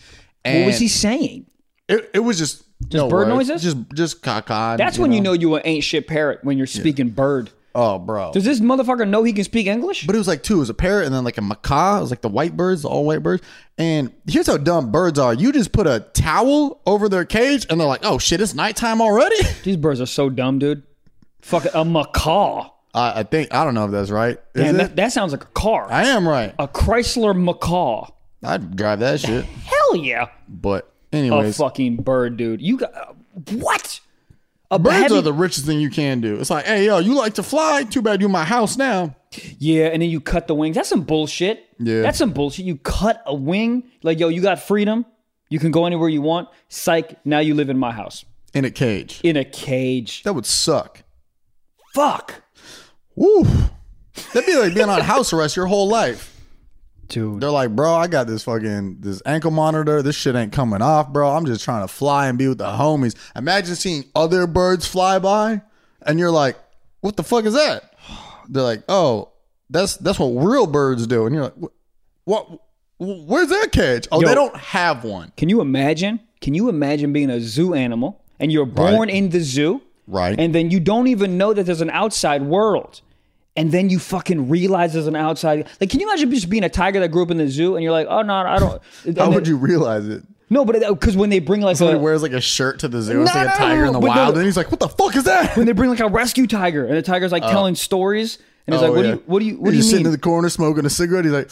[SPEAKER 1] And
[SPEAKER 2] what was he saying?
[SPEAKER 1] It, it was just just
[SPEAKER 2] bird noises?
[SPEAKER 1] just just caca.
[SPEAKER 2] That's when you know you an ain't shit parrot when you're speaking bird.
[SPEAKER 1] Oh, bro.
[SPEAKER 2] Does this motherfucker know he can speak English?
[SPEAKER 1] But it was like two. It was a parrot and then like a macaw. It was like the white birds, the all white birds. And here's how dumb birds are. You just put a towel over their cage and they're like, oh shit, it's nighttime already.
[SPEAKER 2] These birds are so dumb, dude. Fuck a macaw.
[SPEAKER 1] I I think, I don't know if that's right. Is
[SPEAKER 2] Damn,
[SPEAKER 1] it?
[SPEAKER 2] that, that sounds like a car.
[SPEAKER 1] I am right.
[SPEAKER 2] a Chrysler Macaw.
[SPEAKER 1] I'd drive that shit.
[SPEAKER 2] Hell yeah.
[SPEAKER 1] But
[SPEAKER 2] A
[SPEAKER 1] anyways,
[SPEAKER 2] fucking bird, dude. You got uh, what? A
[SPEAKER 1] birds
[SPEAKER 2] heavy-
[SPEAKER 1] are the richest thing you can do. It's like, hey yo, you like to fly? Too bad you in my house now.
[SPEAKER 2] Yeah, and then you cut the wings. That's some bullshit.
[SPEAKER 1] Yeah.
[SPEAKER 2] That's some bullshit. You cut a wing. Like, yo, you got freedom. You can go anywhere you want. Psych. Now you live in my house.
[SPEAKER 1] In a cage.
[SPEAKER 2] In a cage.
[SPEAKER 1] That would suck.
[SPEAKER 2] Fuck.
[SPEAKER 1] Woo. That'd be like being on house arrest your whole life.
[SPEAKER 2] Dude.
[SPEAKER 1] They're like, bro, I got this fucking this ankle monitor. This shit ain't coming off, bro. I'm just trying to fly and be with the homies. Imagine seeing other birds fly by, and you're like, what the fuck is that? They're like, oh, that's that's what real birds do, and you're like, what? what where's their cage? Oh,
[SPEAKER 2] Yo.
[SPEAKER 1] they don't have one,
[SPEAKER 2] Can you imagine? Can you imagine being a zoo animal and you're born in the zoo?
[SPEAKER 1] right?
[SPEAKER 2] and then you don't even know that there's an outside world and then you fucking realize there's an outside like can you imagine just being a tiger that grew up in the zoo and you're like oh no i don't And
[SPEAKER 1] How
[SPEAKER 2] then-
[SPEAKER 1] would you realize it?
[SPEAKER 2] no but because when they bring like
[SPEAKER 1] Somebody
[SPEAKER 2] a,
[SPEAKER 1] wears like a shirt to the zoo and
[SPEAKER 2] No,
[SPEAKER 1] see a
[SPEAKER 2] no, no,
[SPEAKER 1] tiger in the
[SPEAKER 2] but no,
[SPEAKER 1] wild,
[SPEAKER 2] no.
[SPEAKER 1] and he's like, what the fuck is that?
[SPEAKER 2] when they bring like a rescue tiger and the tiger's
[SPEAKER 1] Oh.
[SPEAKER 2] like telling stories and it's like what do you what do you
[SPEAKER 1] He's Oh, just
[SPEAKER 2] what do you
[SPEAKER 1] sitting
[SPEAKER 2] mean
[SPEAKER 1] in the corner smoking a cigarette. He's like,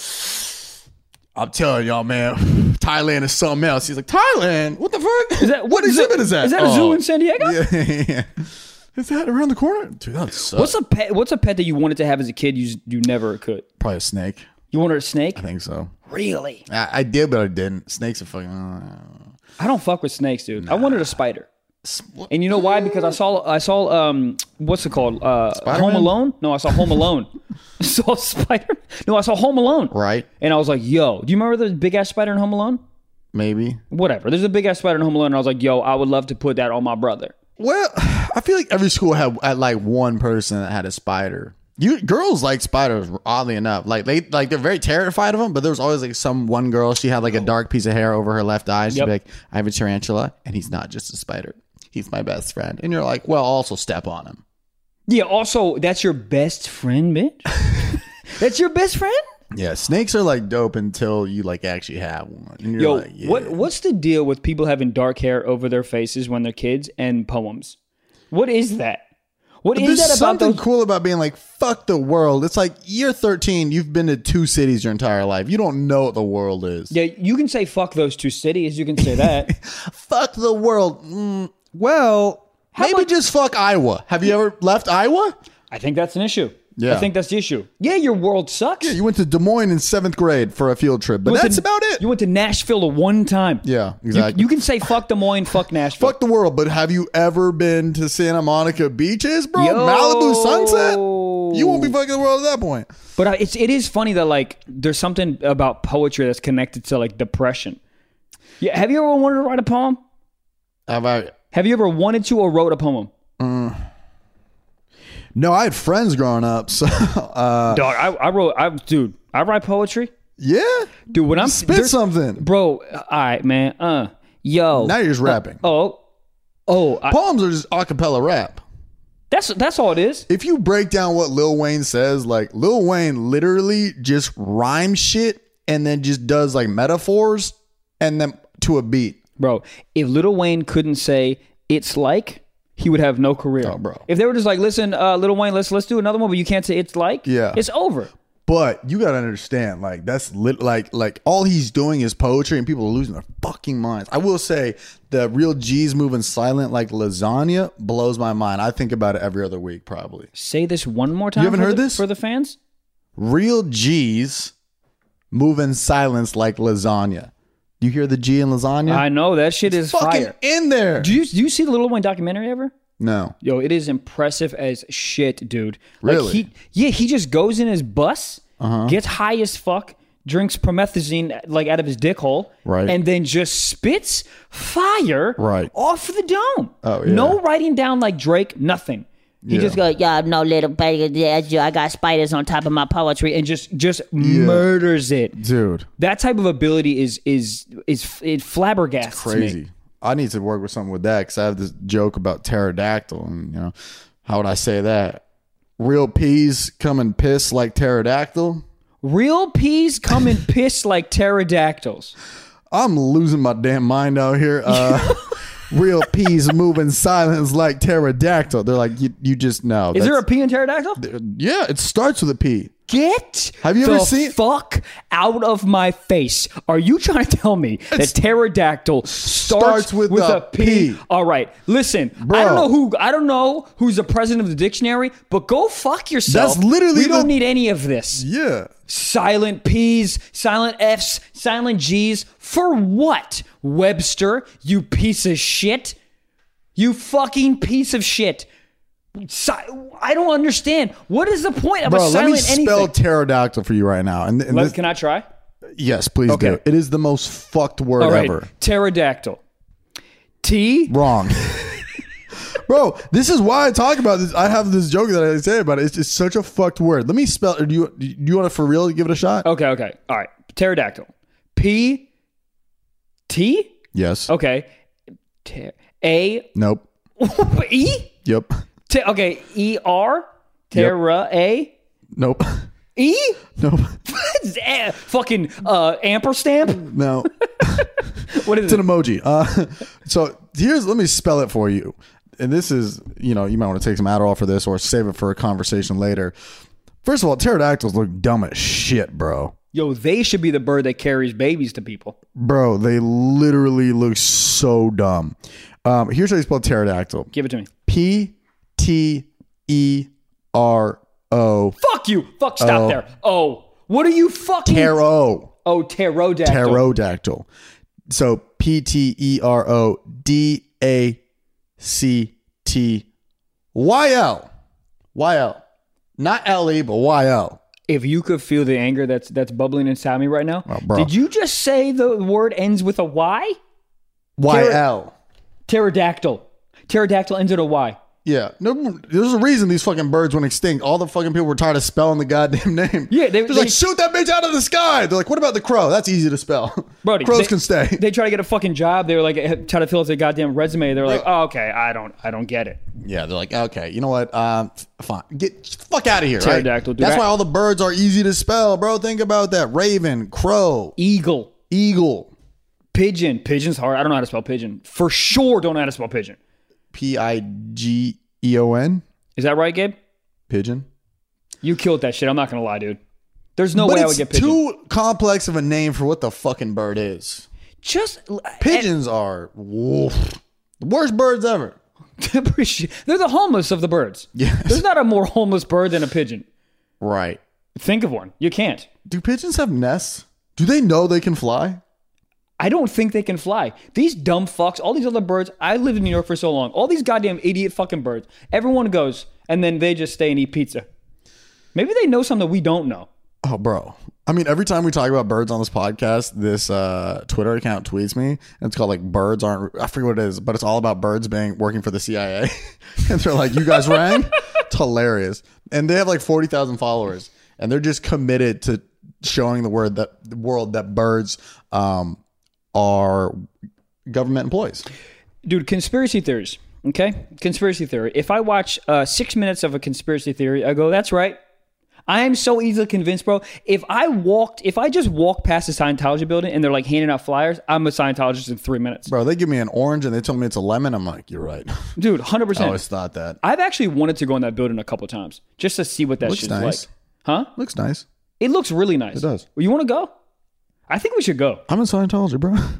[SPEAKER 1] I'm telling y'all, man, Thailand is something else. He's like, Thailand? What the fuck?
[SPEAKER 2] is that
[SPEAKER 1] what exhibit is that? Oh.
[SPEAKER 2] is that a zoo in san diego
[SPEAKER 1] Yeah, yeah. Is that around the corner? Dude, that sucks.
[SPEAKER 2] what's a pet what's a pet that you wanted to have as a kid you just- you never could
[SPEAKER 1] probably a snake?
[SPEAKER 2] you wanted a snake
[SPEAKER 1] I think so.
[SPEAKER 2] really
[SPEAKER 1] I, I did, but I didn't. Snakes are fucking. uh,
[SPEAKER 2] I don't fuck with snakes, dude. I wanted a spider. And you know why? Because I saw I saw um what's it called? Uh
[SPEAKER 1] Spider-Man?
[SPEAKER 2] Home Alone? No, I saw Home Alone. I saw Spider No, I saw Home Alone.
[SPEAKER 1] Right?
[SPEAKER 2] And I was like, yo, do you remember the big ass spider in Home Alone?
[SPEAKER 1] Maybe.
[SPEAKER 2] Whatever. There's a big ass spider in Home Alone, and I was like, yo, I would love to put that on my brother.
[SPEAKER 1] Well, I feel like every school had, had like one person that had a spider. You girls like spiders, oddly enough. Like they like they're very terrified of them, but there was always like some one girl. She had like a dark piece of hair over her left eye. She'd
[SPEAKER 2] Yep.
[SPEAKER 1] be like, "I have a tarantula, and he's not just a spider. He's my best friend." And you're like, "Well, also step on him."
[SPEAKER 2] Yeah, also, that's your best friend, bitch. that's your best friend?
[SPEAKER 1] Yeah, snakes are like dope until you like actually have one. And you're
[SPEAKER 2] Yo,
[SPEAKER 1] like, Uh, yeah.
[SPEAKER 2] what what's the deal with people having dark hair over their faces when they're kids and poems? What is that? What is
[SPEAKER 1] There's
[SPEAKER 2] that about
[SPEAKER 1] something
[SPEAKER 2] those
[SPEAKER 1] cool about being like, "Fuck the world." It's like you're 13. You've been to two cities your entire life. You don't know what the world is.
[SPEAKER 2] Yeah, you can say fuck those two cities. You can say that.
[SPEAKER 1] fuck the world. Mm, well, maybe just fuck Iowa. Have you ever left Iowa?
[SPEAKER 2] I think that's an issue.
[SPEAKER 1] Yeah.
[SPEAKER 2] I think that's the issue. Yeah, your world sucks.
[SPEAKER 1] You went to Des Moines in seventh grade for a field trip, but
[SPEAKER 2] went
[SPEAKER 1] that's
[SPEAKER 2] to-
[SPEAKER 1] about it.
[SPEAKER 2] You went to Nashville one time.
[SPEAKER 1] yeah,
[SPEAKER 2] You,
[SPEAKER 1] exactly.
[SPEAKER 2] you can say fuck Des Moines, fuck Nashville.
[SPEAKER 1] fuck the world, but have you ever been to Santa Monica beaches, bro?
[SPEAKER 2] Yo.
[SPEAKER 1] Malibu sunset? You won't be fucking the world at that point.
[SPEAKER 2] But I, it's it is funny that like there's something about poetry that's connected to like depression. Yeah, have you ever wanted to write a poem?
[SPEAKER 1] Have I?
[SPEAKER 2] Have you ever wanted to or wrote a poem?
[SPEAKER 1] No, I had friends growing up, so uh,
[SPEAKER 2] Dog, I, I wrote, I dude, I write poetry,
[SPEAKER 1] yeah,
[SPEAKER 2] dude. When I'm
[SPEAKER 1] spit
[SPEAKER 2] there's-
[SPEAKER 1] something.
[SPEAKER 2] bro. All right, man. Uh, yo.
[SPEAKER 1] Now you're just rapping.
[SPEAKER 2] oh, oh, I,
[SPEAKER 1] Poems are just acapella rap.
[SPEAKER 2] That's that's all it is.
[SPEAKER 1] If you break down what Lil Wayne says, like Lil Wayne literally just rhymes shit and then just does like metaphors and then to a beat.
[SPEAKER 2] Bro, if Little Wayne couldn't say it's like, he would have no career.
[SPEAKER 1] Oh, bro.
[SPEAKER 2] If they were just like, listen, uh, Little Wayne, let's let's do another one, but you can't say it's like,
[SPEAKER 1] Yeah.
[SPEAKER 2] it's over.
[SPEAKER 1] But you gotta understand, like that's lit, like like all he's doing is poetry, and people are losing their fucking minds. I will say the real G's moving silent like lasagna blows my mind. I think about it every other week, probably.
[SPEAKER 2] Say this one more time.
[SPEAKER 1] haven't
[SPEAKER 2] for
[SPEAKER 1] heard
[SPEAKER 2] the-
[SPEAKER 1] this?
[SPEAKER 2] for the fans.
[SPEAKER 1] Real G's move in silence like lasagna. You hear the G in lasagna?
[SPEAKER 2] I know that shit is
[SPEAKER 1] fucking
[SPEAKER 2] fire.
[SPEAKER 1] in there.
[SPEAKER 2] Do you do you see the Little Wayne documentary ever?
[SPEAKER 1] no.
[SPEAKER 2] Yo, it is impressive as shit, dude.
[SPEAKER 1] Really? Uh-huh.
[SPEAKER 2] Like he, yeah, he just goes in his bus, gets high as fuck, drinks promethazine like out of his dick hole,
[SPEAKER 1] Right.
[SPEAKER 2] and then just spits fire
[SPEAKER 1] Right.
[SPEAKER 2] off the dome.
[SPEAKER 1] Oh, yeah.
[SPEAKER 2] No writing down like Drake, nothing. He
[SPEAKER 1] Yeah.
[SPEAKER 2] just goes
[SPEAKER 3] Go, yeah, no little baby, yeah, yeah, I got spiders on top of my poetry.
[SPEAKER 2] and just just murders it.
[SPEAKER 1] Dude,
[SPEAKER 2] That type of ability is is is it flabbergasts me.
[SPEAKER 1] crazy. I need to work with something with that because I have this joke about pterodactyl, and you know, how would I say that? Real peas come and piss like pterodactyl.
[SPEAKER 2] Real peas come and piss like pterodactyls.
[SPEAKER 1] I'm losing my damn mind out here. Uh, real peas move in silence like pterodactyl. They're like, you, you just know.
[SPEAKER 2] Is there a pea in pterodactyl?
[SPEAKER 1] yeah? It starts with a P.
[SPEAKER 2] Get
[SPEAKER 1] Have you
[SPEAKER 2] the
[SPEAKER 1] ever seen-
[SPEAKER 2] fuck out of my face? Are you trying to tell me that pterodactyl starts,
[SPEAKER 1] starts with
[SPEAKER 2] with,
[SPEAKER 1] a
[SPEAKER 2] a P?
[SPEAKER 1] P.
[SPEAKER 2] All right, listen. I
[SPEAKER 1] Bro.
[SPEAKER 2] don't know who I don't know who's the president of the dictionary, but go fuck yourself.
[SPEAKER 1] That's literally
[SPEAKER 2] we don't
[SPEAKER 1] the-
[SPEAKER 2] need any of this.
[SPEAKER 1] Yeah.
[SPEAKER 2] Silent P's, silent F's, silent G's for what? Webster, you piece of shit. You fucking piece of shit. Si- I don't understand. What is the point of
[SPEAKER 1] Bro,
[SPEAKER 2] a
[SPEAKER 1] let me
[SPEAKER 2] silent
[SPEAKER 1] spell
[SPEAKER 2] anything?
[SPEAKER 1] pterodactyl for you right now. And, and
[SPEAKER 2] Let-
[SPEAKER 1] this,
[SPEAKER 2] can I try?
[SPEAKER 1] yes, please
[SPEAKER 2] Okay.
[SPEAKER 1] do. It is the most fucked word
[SPEAKER 2] All right.
[SPEAKER 1] ever.
[SPEAKER 2] Pterodactyl. T.
[SPEAKER 1] Wrong. Bro, this is why I talk about this. I have this joke that I say about it. It's just such a fucked word. Let me spell. Do you do you want to for real give it a shot?
[SPEAKER 2] Okay, okay. All right. Pterodactyl. P. T.
[SPEAKER 1] Yes.
[SPEAKER 2] Okay. Ter- A.
[SPEAKER 1] Nope.
[SPEAKER 2] E.
[SPEAKER 1] Yep.
[SPEAKER 2] Te- okay. E. R. Terra. A.
[SPEAKER 1] Nope.
[SPEAKER 2] E.
[SPEAKER 1] Nope.
[SPEAKER 2] Eh, fucking uh, amper stamp.
[SPEAKER 1] No.
[SPEAKER 2] What is
[SPEAKER 1] It's an
[SPEAKER 2] it?
[SPEAKER 1] emoji. Uh, so here's let me spell it for you. And this is you know you might want to take some Adderall for this or save it for a conversation later. First of all, pterodactyls look dumb as shit, bro.
[SPEAKER 2] Yo, they should be the bird that carries babies to people.
[SPEAKER 1] Bro, they literally look so dumb. Um, here's how you spell pterodactyl.
[SPEAKER 2] Give it to me.
[SPEAKER 1] P T E R O.
[SPEAKER 2] Fuck you. Fuck. Stop there. Oh, what are you fucking?
[SPEAKER 1] Taro.
[SPEAKER 2] oh, pterodactyl.
[SPEAKER 1] Pterodactyl. So P T E R O D A C T Y L. Y L. Not L E, but Y L.
[SPEAKER 2] if you could feel the anger that's that's bubbling inside me right now,
[SPEAKER 1] Oh, bro.
[SPEAKER 2] did you just say the word ends with a Y?
[SPEAKER 1] Y L.
[SPEAKER 2] Pterodactyl. Pterodactyl ends with a Y.
[SPEAKER 1] Yeah. No, there's a reason these fucking birds went extinct. All the fucking people were tired of spelling the goddamn name.
[SPEAKER 2] Yeah, they-
[SPEAKER 1] they're
[SPEAKER 2] they-
[SPEAKER 1] like, shoot that bitch out of the sky. They're like, what about the crow? That's easy to spell.
[SPEAKER 2] Brody,
[SPEAKER 1] Crows
[SPEAKER 2] they-
[SPEAKER 1] can stay.
[SPEAKER 2] They try to get a fucking job. They were like eh, try to fill out their goddamn resume. They're like, oh, okay, I don't, I don't get it.
[SPEAKER 1] Yeah, they're like, okay, you know what? Um, f- fine, get the fuck out of here. Right?
[SPEAKER 2] Pterodactyl, dude.
[SPEAKER 1] That's why all the birds are easy to spell, bro. Think about that: raven, crow,
[SPEAKER 2] Eagle,
[SPEAKER 1] eagle,
[SPEAKER 2] pigeon, pigeon's hard. I don't know how to spell pigeon. For sure, don't know how to spell pigeon.
[SPEAKER 1] p i g e o n,
[SPEAKER 2] Is that right, Gabe?
[SPEAKER 1] pigeon.
[SPEAKER 2] You killed that shit. I'm not gonna lie, dude. There's no
[SPEAKER 1] But
[SPEAKER 2] way I
[SPEAKER 1] it's
[SPEAKER 2] would get pigeon.
[SPEAKER 1] too complex of a name for what the fucking bird is.
[SPEAKER 2] Just
[SPEAKER 1] Pigeons are woof, the worst birds ever.
[SPEAKER 2] appreciate. eh, They're the homeless of the birds.
[SPEAKER 1] Yes.
[SPEAKER 2] There's not a more homeless bird than a pigeon.
[SPEAKER 1] Right?
[SPEAKER 2] Think of one. You can't.
[SPEAKER 1] Do pigeons have nests? Do they know they can fly?
[SPEAKER 2] I don't think they can fly. These dumb fucks, all these other birds. I lived in New York for so long. All these goddamn idiot fucking birds. Everyone goes and then they just stay and eat pizza. Maybe they know something we don't know.
[SPEAKER 1] Oh, bro. I mean, every time we talk about birds on this podcast, this uh, Twitter account tweets me, and it's called like "Birds Aren't." I forget what it is, but it's all about birds being working for the CIA, and they're like, "You guys rang." It's hilarious, and they have like forty thousand followers, and they're just committed to showing the word that the world that birds um, are government employees.
[SPEAKER 2] Dude, conspiracy theories. Okay, conspiracy theory. If I watch uh, six minutes of a conspiracy theory, I go, "That's right." I am so easily convinced, bro. If I walked, if I just walked past the Scientology building and they're like handing out flyers, I'm a Scientologist in three minutes,
[SPEAKER 1] Bro, they give me an orange and they tell me it's a lemon. I'm like, you're right.
[SPEAKER 2] dude. Hundred
[SPEAKER 1] I
[SPEAKER 2] percent.
[SPEAKER 1] always thought that.
[SPEAKER 2] I've actually wanted to go in that building a couple times just to see what that
[SPEAKER 1] Looks
[SPEAKER 2] shit's
[SPEAKER 1] nice.
[SPEAKER 2] like. Huh?
[SPEAKER 1] Looks nice.
[SPEAKER 2] It looks really nice. It
[SPEAKER 1] does.
[SPEAKER 2] You want to go? I think we should go.
[SPEAKER 1] I'm in Scientology, bro. I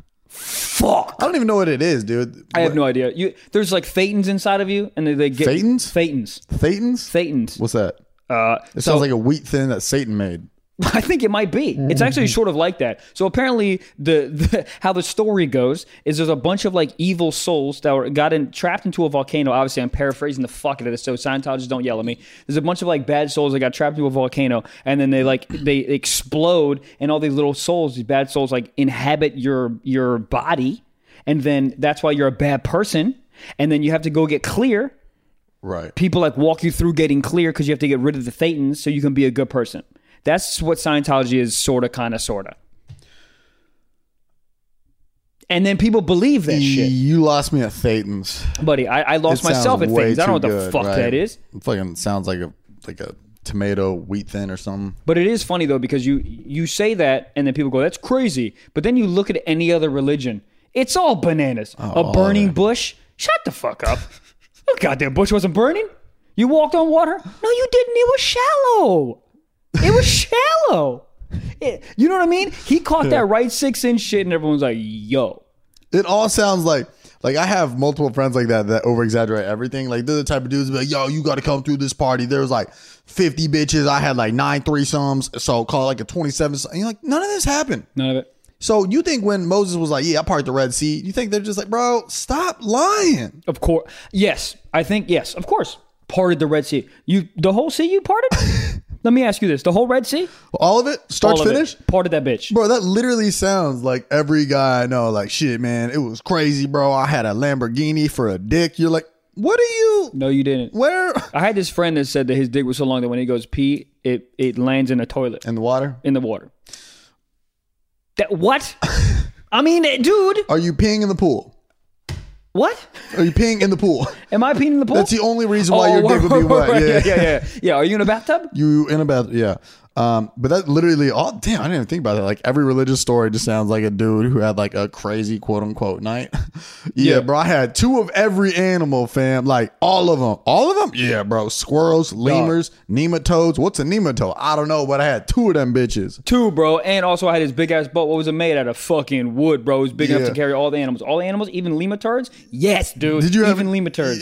[SPEAKER 2] Fuck.
[SPEAKER 1] don't even know what it is, dude.
[SPEAKER 2] I have no idea. You there's like thetans inside of you, and they, they get
[SPEAKER 1] Thetans?
[SPEAKER 2] Thetans.
[SPEAKER 1] Thetans?
[SPEAKER 2] Thetans.
[SPEAKER 1] What's that?
[SPEAKER 2] Uh,
[SPEAKER 1] It sounds like a wheat thin that Satan made.
[SPEAKER 2] I think it might be. It's actually sort of like that. So apparently, the, the how the story goes is there's a bunch of like evil souls that were got in, trapped into a volcano. Obviously, I'm paraphrasing the fuck out of this, so Scientologists don't yell at me. There's a bunch of like bad souls that got trapped into a volcano, and then they like they explode, and all these little souls, these bad souls, like inhabit your your body, and then that's why you're a bad person, and then you have to go get clear
[SPEAKER 1] Right.
[SPEAKER 2] people like walk you through getting clear because you have to get rid of the thetans so you can be a good person. That's what Scientology is, sorta, kinda, sorta. And then people believe that shit,
[SPEAKER 1] You lost me at Thetans.
[SPEAKER 2] buddy. I, I lost
[SPEAKER 1] It sounds
[SPEAKER 2] myself at
[SPEAKER 1] way
[SPEAKER 2] thetans. I don't know what
[SPEAKER 1] too
[SPEAKER 2] the
[SPEAKER 1] good,
[SPEAKER 2] fuck
[SPEAKER 1] right?
[SPEAKER 2] that is,
[SPEAKER 1] It fucking sounds like a like a tomato wheat thin or something.
[SPEAKER 2] but it is funny though because you you say that and then people go, "That's crazy," but then you look at any other religion, it's Oh, all bananas. a burning bush. Shut the fuck up. Your goddamn bush wasn't burning. You walked on water. No, you didn't. It was shallow. It was shallow. It- you know what I mean? He caught that right six inch shit, and everyone's like, "Yo,
[SPEAKER 1] It all sounds like like I have multiple friends like that that over exaggerate everything. Like they're the type of dudes that be like, yo, you gotta come through this party. There's like 50 bitches. I had like nine threesomes. So call it like a 27. And you're like, none of this happened.
[SPEAKER 2] none of it."
[SPEAKER 1] So you think when Moses was like, Yeah, I part the Red Sea, you think they're just like, bro, stop lying.
[SPEAKER 2] Of course, yes. I think yes. Of course, parted the Red Sea. You the whole sea you parted. Let me ask you this: the whole Red Sea,
[SPEAKER 1] All of it? Start
[SPEAKER 2] all
[SPEAKER 1] to
[SPEAKER 2] of
[SPEAKER 1] finish?
[SPEAKER 2] it, parted that bitch.
[SPEAKER 1] Bro, that literally sounds like every guy I know, like, shit, man, it was crazy, bro. I had a Lamborghini for a dick. You're like, what are you
[SPEAKER 2] No, you didn't.
[SPEAKER 1] where
[SPEAKER 2] I had this friend that said that his dick was so long that when he goes pee, it it lands in a toilet
[SPEAKER 1] in the water?
[SPEAKER 2] in the water. That what? I mean, eh, dude,
[SPEAKER 1] Are you peeing in the pool?
[SPEAKER 2] what?
[SPEAKER 1] Are you peeing in the pool?
[SPEAKER 2] Am I peeing in the pool?
[SPEAKER 1] That's the only reason why your dick would be wet.
[SPEAKER 2] Oh, right,
[SPEAKER 1] yeah.
[SPEAKER 2] yeah, yeah, yeah, yeah. Are you in a bathtub?
[SPEAKER 1] You in a bath? Yeah. Um, but that literally all damn, I didn't even think about that. Like every religious story just sounds like a dude who had like a crazy quote unquote night. yeah,
[SPEAKER 2] Yeah.
[SPEAKER 1] bro. I had two of every animal, fam. Like all of them. All of them? Yeah, bro. Squirrels, lemurs, nematodes. What's a nematode? I don't know, but I had two of them bitches.
[SPEAKER 2] Two, bro. And also, I had his big ass boat. What was it made out of? Fucking wood, bro. It was big enough
[SPEAKER 1] Yeah.
[SPEAKER 2] to carry all the animals. All the animals, even lemotards. Yes, dude.
[SPEAKER 1] Did you have-
[SPEAKER 2] even lemotards?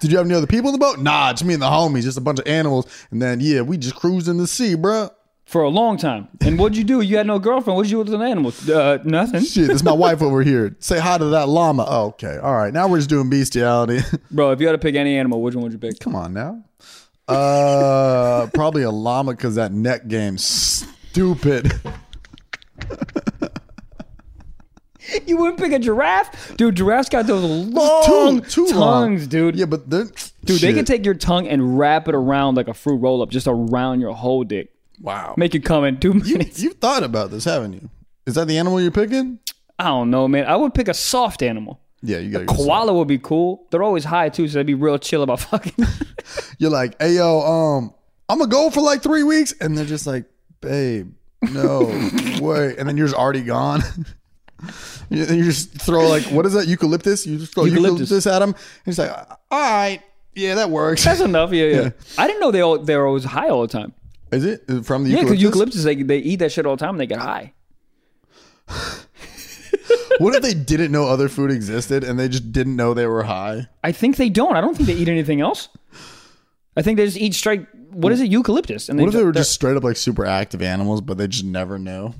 [SPEAKER 1] Did you have any other people in the boat? Nah, it's me and the homies, just a bunch of animals. And then yeah, we just cruised in the sea, bro.
[SPEAKER 2] for a long time. And what'd you do? You had no girlfriend. What'd you do with an animal? Uh, nothing.
[SPEAKER 1] Shit, it's my wife over here. Say hi to that llama. Oh, okay. All right. Now we're just doing bestiality.
[SPEAKER 2] Bro, if you had to pick any animal, which one would you pick?
[SPEAKER 1] Come on now. Uh, probably a llama because that neck game's stupid.
[SPEAKER 2] You wouldn't pick a giraffe? Dude, giraffes got those long
[SPEAKER 1] too long.
[SPEAKER 2] Oh, tongues, dude.
[SPEAKER 1] Yeah, but they're
[SPEAKER 2] Dude, they can take your tongue and wrap it around like a fruit roll up, just around your whole dick.
[SPEAKER 1] wow.
[SPEAKER 2] Make it come in two minutes.
[SPEAKER 1] You've thought about this, haven't you? Is that the animal you're picking?
[SPEAKER 2] I don't know, man. I would pick a soft animal.
[SPEAKER 1] Yeah, you got
[SPEAKER 2] Koala would be cool. They're always high too, so they'd be real chill about fucking.
[SPEAKER 1] You're like, hey yo, um, I'm gonna go for like three weeks, and they're just like, babe, no way, and then yours already gone. you, you just throw like, what is that? Eucalyptus? You just throw eucalyptus,
[SPEAKER 2] Eucalyptus.
[SPEAKER 1] at him, and he's like, all right, yeah, that works.
[SPEAKER 2] That's enough. Yeah, yeah. I didn't know they all they're always high all the time.
[SPEAKER 1] Is it Is it from the
[SPEAKER 2] Yeah, because
[SPEAKER 1] eucalyptus?
[SPEAKER 2] eucalyptus, they, they eat that shit all the time. and They get high.
[SPEAKER 1] What if they didn't know other food existed and they just didn't know they were high?
[SPEAKER 2] I think they don't. I don't think they eat anything else. I think they just eat straight. What is it? Eucalyptus. And
[SPEAKER 1] What if they were
[SPEAKER 2] they're-
[SPEAKER 1] just straight up like super active animals, but they just never know?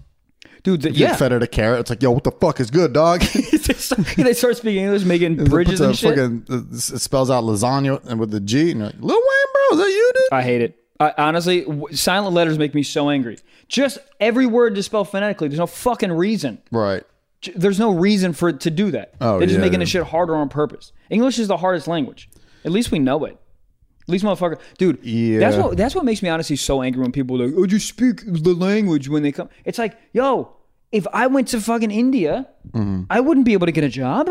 [SPEAKER 2] dude? The,
[SPEAKER 1] You
[SPEAKER 2] yeah.
[SPEAKER 1] fed it a carrot. It's like, yo, what the fuck is good, dog? It
[SPEAKER 2] they, start, they start speaking English, making bridges
[SPEAKER 1] puts a
[SPEAKER 2] and shit.
[SPEAKER 1] fucking- it spells out lasagna and with the G, and you're like, Lil Wayne, bro, is that you, dude?
[SPEAKER 2] I hate it. I, honestly, w- silent letters make me so angry. Just every word to spell phonetically. There's no fucking reason.
[SPEAKER 1] right.
[SPEAKER 2] J- There's no reason for it to do that.
[SPEAKER 1] Oh,
[SPEAKER 2] They're just
[SPEAKER 1] yeah,
[SPEAKER 2] making the
[SPEAKER 1] yeah.
[SPEAKER 2] shit harder on purpose. English is the hardest language. At least we know it. At least, motherfucker, dude.
[SPEAKER 1] Yeah.
[SPEAKER 2] That's what that's what makes me honestly so angry when people are like, "Oh, you speak the language when they come." It's like,
[SPEAKER 1] Mm-hmm.
[SPEAKER 2] yo, if I went to fucking India, I wouldn't be able to get a job.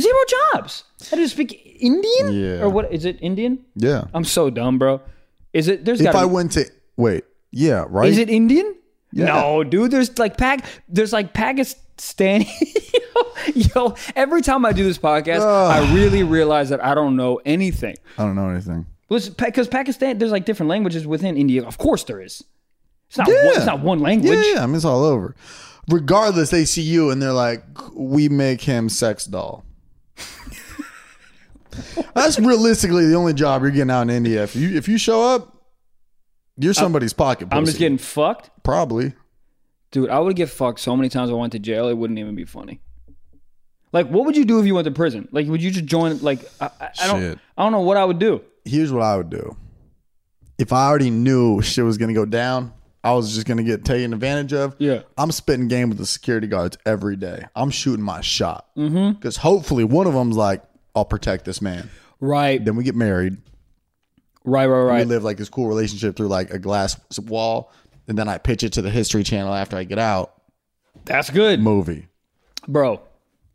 [SPEAKER 2] Zero jobs. How do you speak Indian?
[SPEAKER 1] Yeah.
[SPEAKER 2] Or what is it? Indian?
[SPEAKER 1] Yeah.
[SPEAKER 2] I'm so dumb, bro. Is it? There's
[SPEAKER 1] if I
[SPEAKER 2] got.
[SPEAKER 1] went to wait, yeah, right.
[SPEAKER 2] Is it Indian? No, dude. There's like Pak. There's like Pakistani. Yo, every time I do this podcast, I really realize that I don't know anything.
[SPEAKER 1] I don't know anything.
[SPEAKER 2] Because Pakistan, there's like different languages within India. Of course, there is. It's not.
[SPEAKER 1] Yeah.
[SPEAKER 2] One, it's not one language.
[SPEAKER 1] Yeah, yeah, I mean it's all over. Regardless, they see you and they're like, "We make him sex doll." That's realistically the only job you're getting out in India. If you if you show up, you're somebody's pocket.
[SPEAKER 2] I'm just
[SPEAKER 1] pussy.
[SPEAKER 2] getting fucked,
[SPEAKER 1] probably.
[SPEAKER 2] dude. I would get fucked so many times. I went to jail. It wouldn't even be funny. Like, what would you do if you went to prison? Like, would you just join? Like, I, I, I don't.
[SPEAKER 1] Shit.
[SPEAKER 2] I don't know what I would do.
[SPEAKER 1] Here's what I would do. If I already knew shit was gonna go down, I was just gonna get taken advantage of.
[SPEAKER 2] Yeah.
[SPEAKER 1] I'm spitting game with the security guards every day. I'm shooting my shot because
[SPEAKER 2] Mm-hmm.
[SPEAKER 1] hopefully one of them's like, "I'll protect this man."
[SPEAKER 2] Right.
[SPEAKER 1] Then we get married.
[SPEAKER 2] Right. Right.
[SPEAKER 1] we
[SPEAKER 2] Right.
[SPEAKER 1] live like this cool relationship through like a glass wall and then i pitch it to the history channel after i get out
[SPEAKER 2] That's good.
[SPEAKER 1] movie
[SPEAKER 2] bro,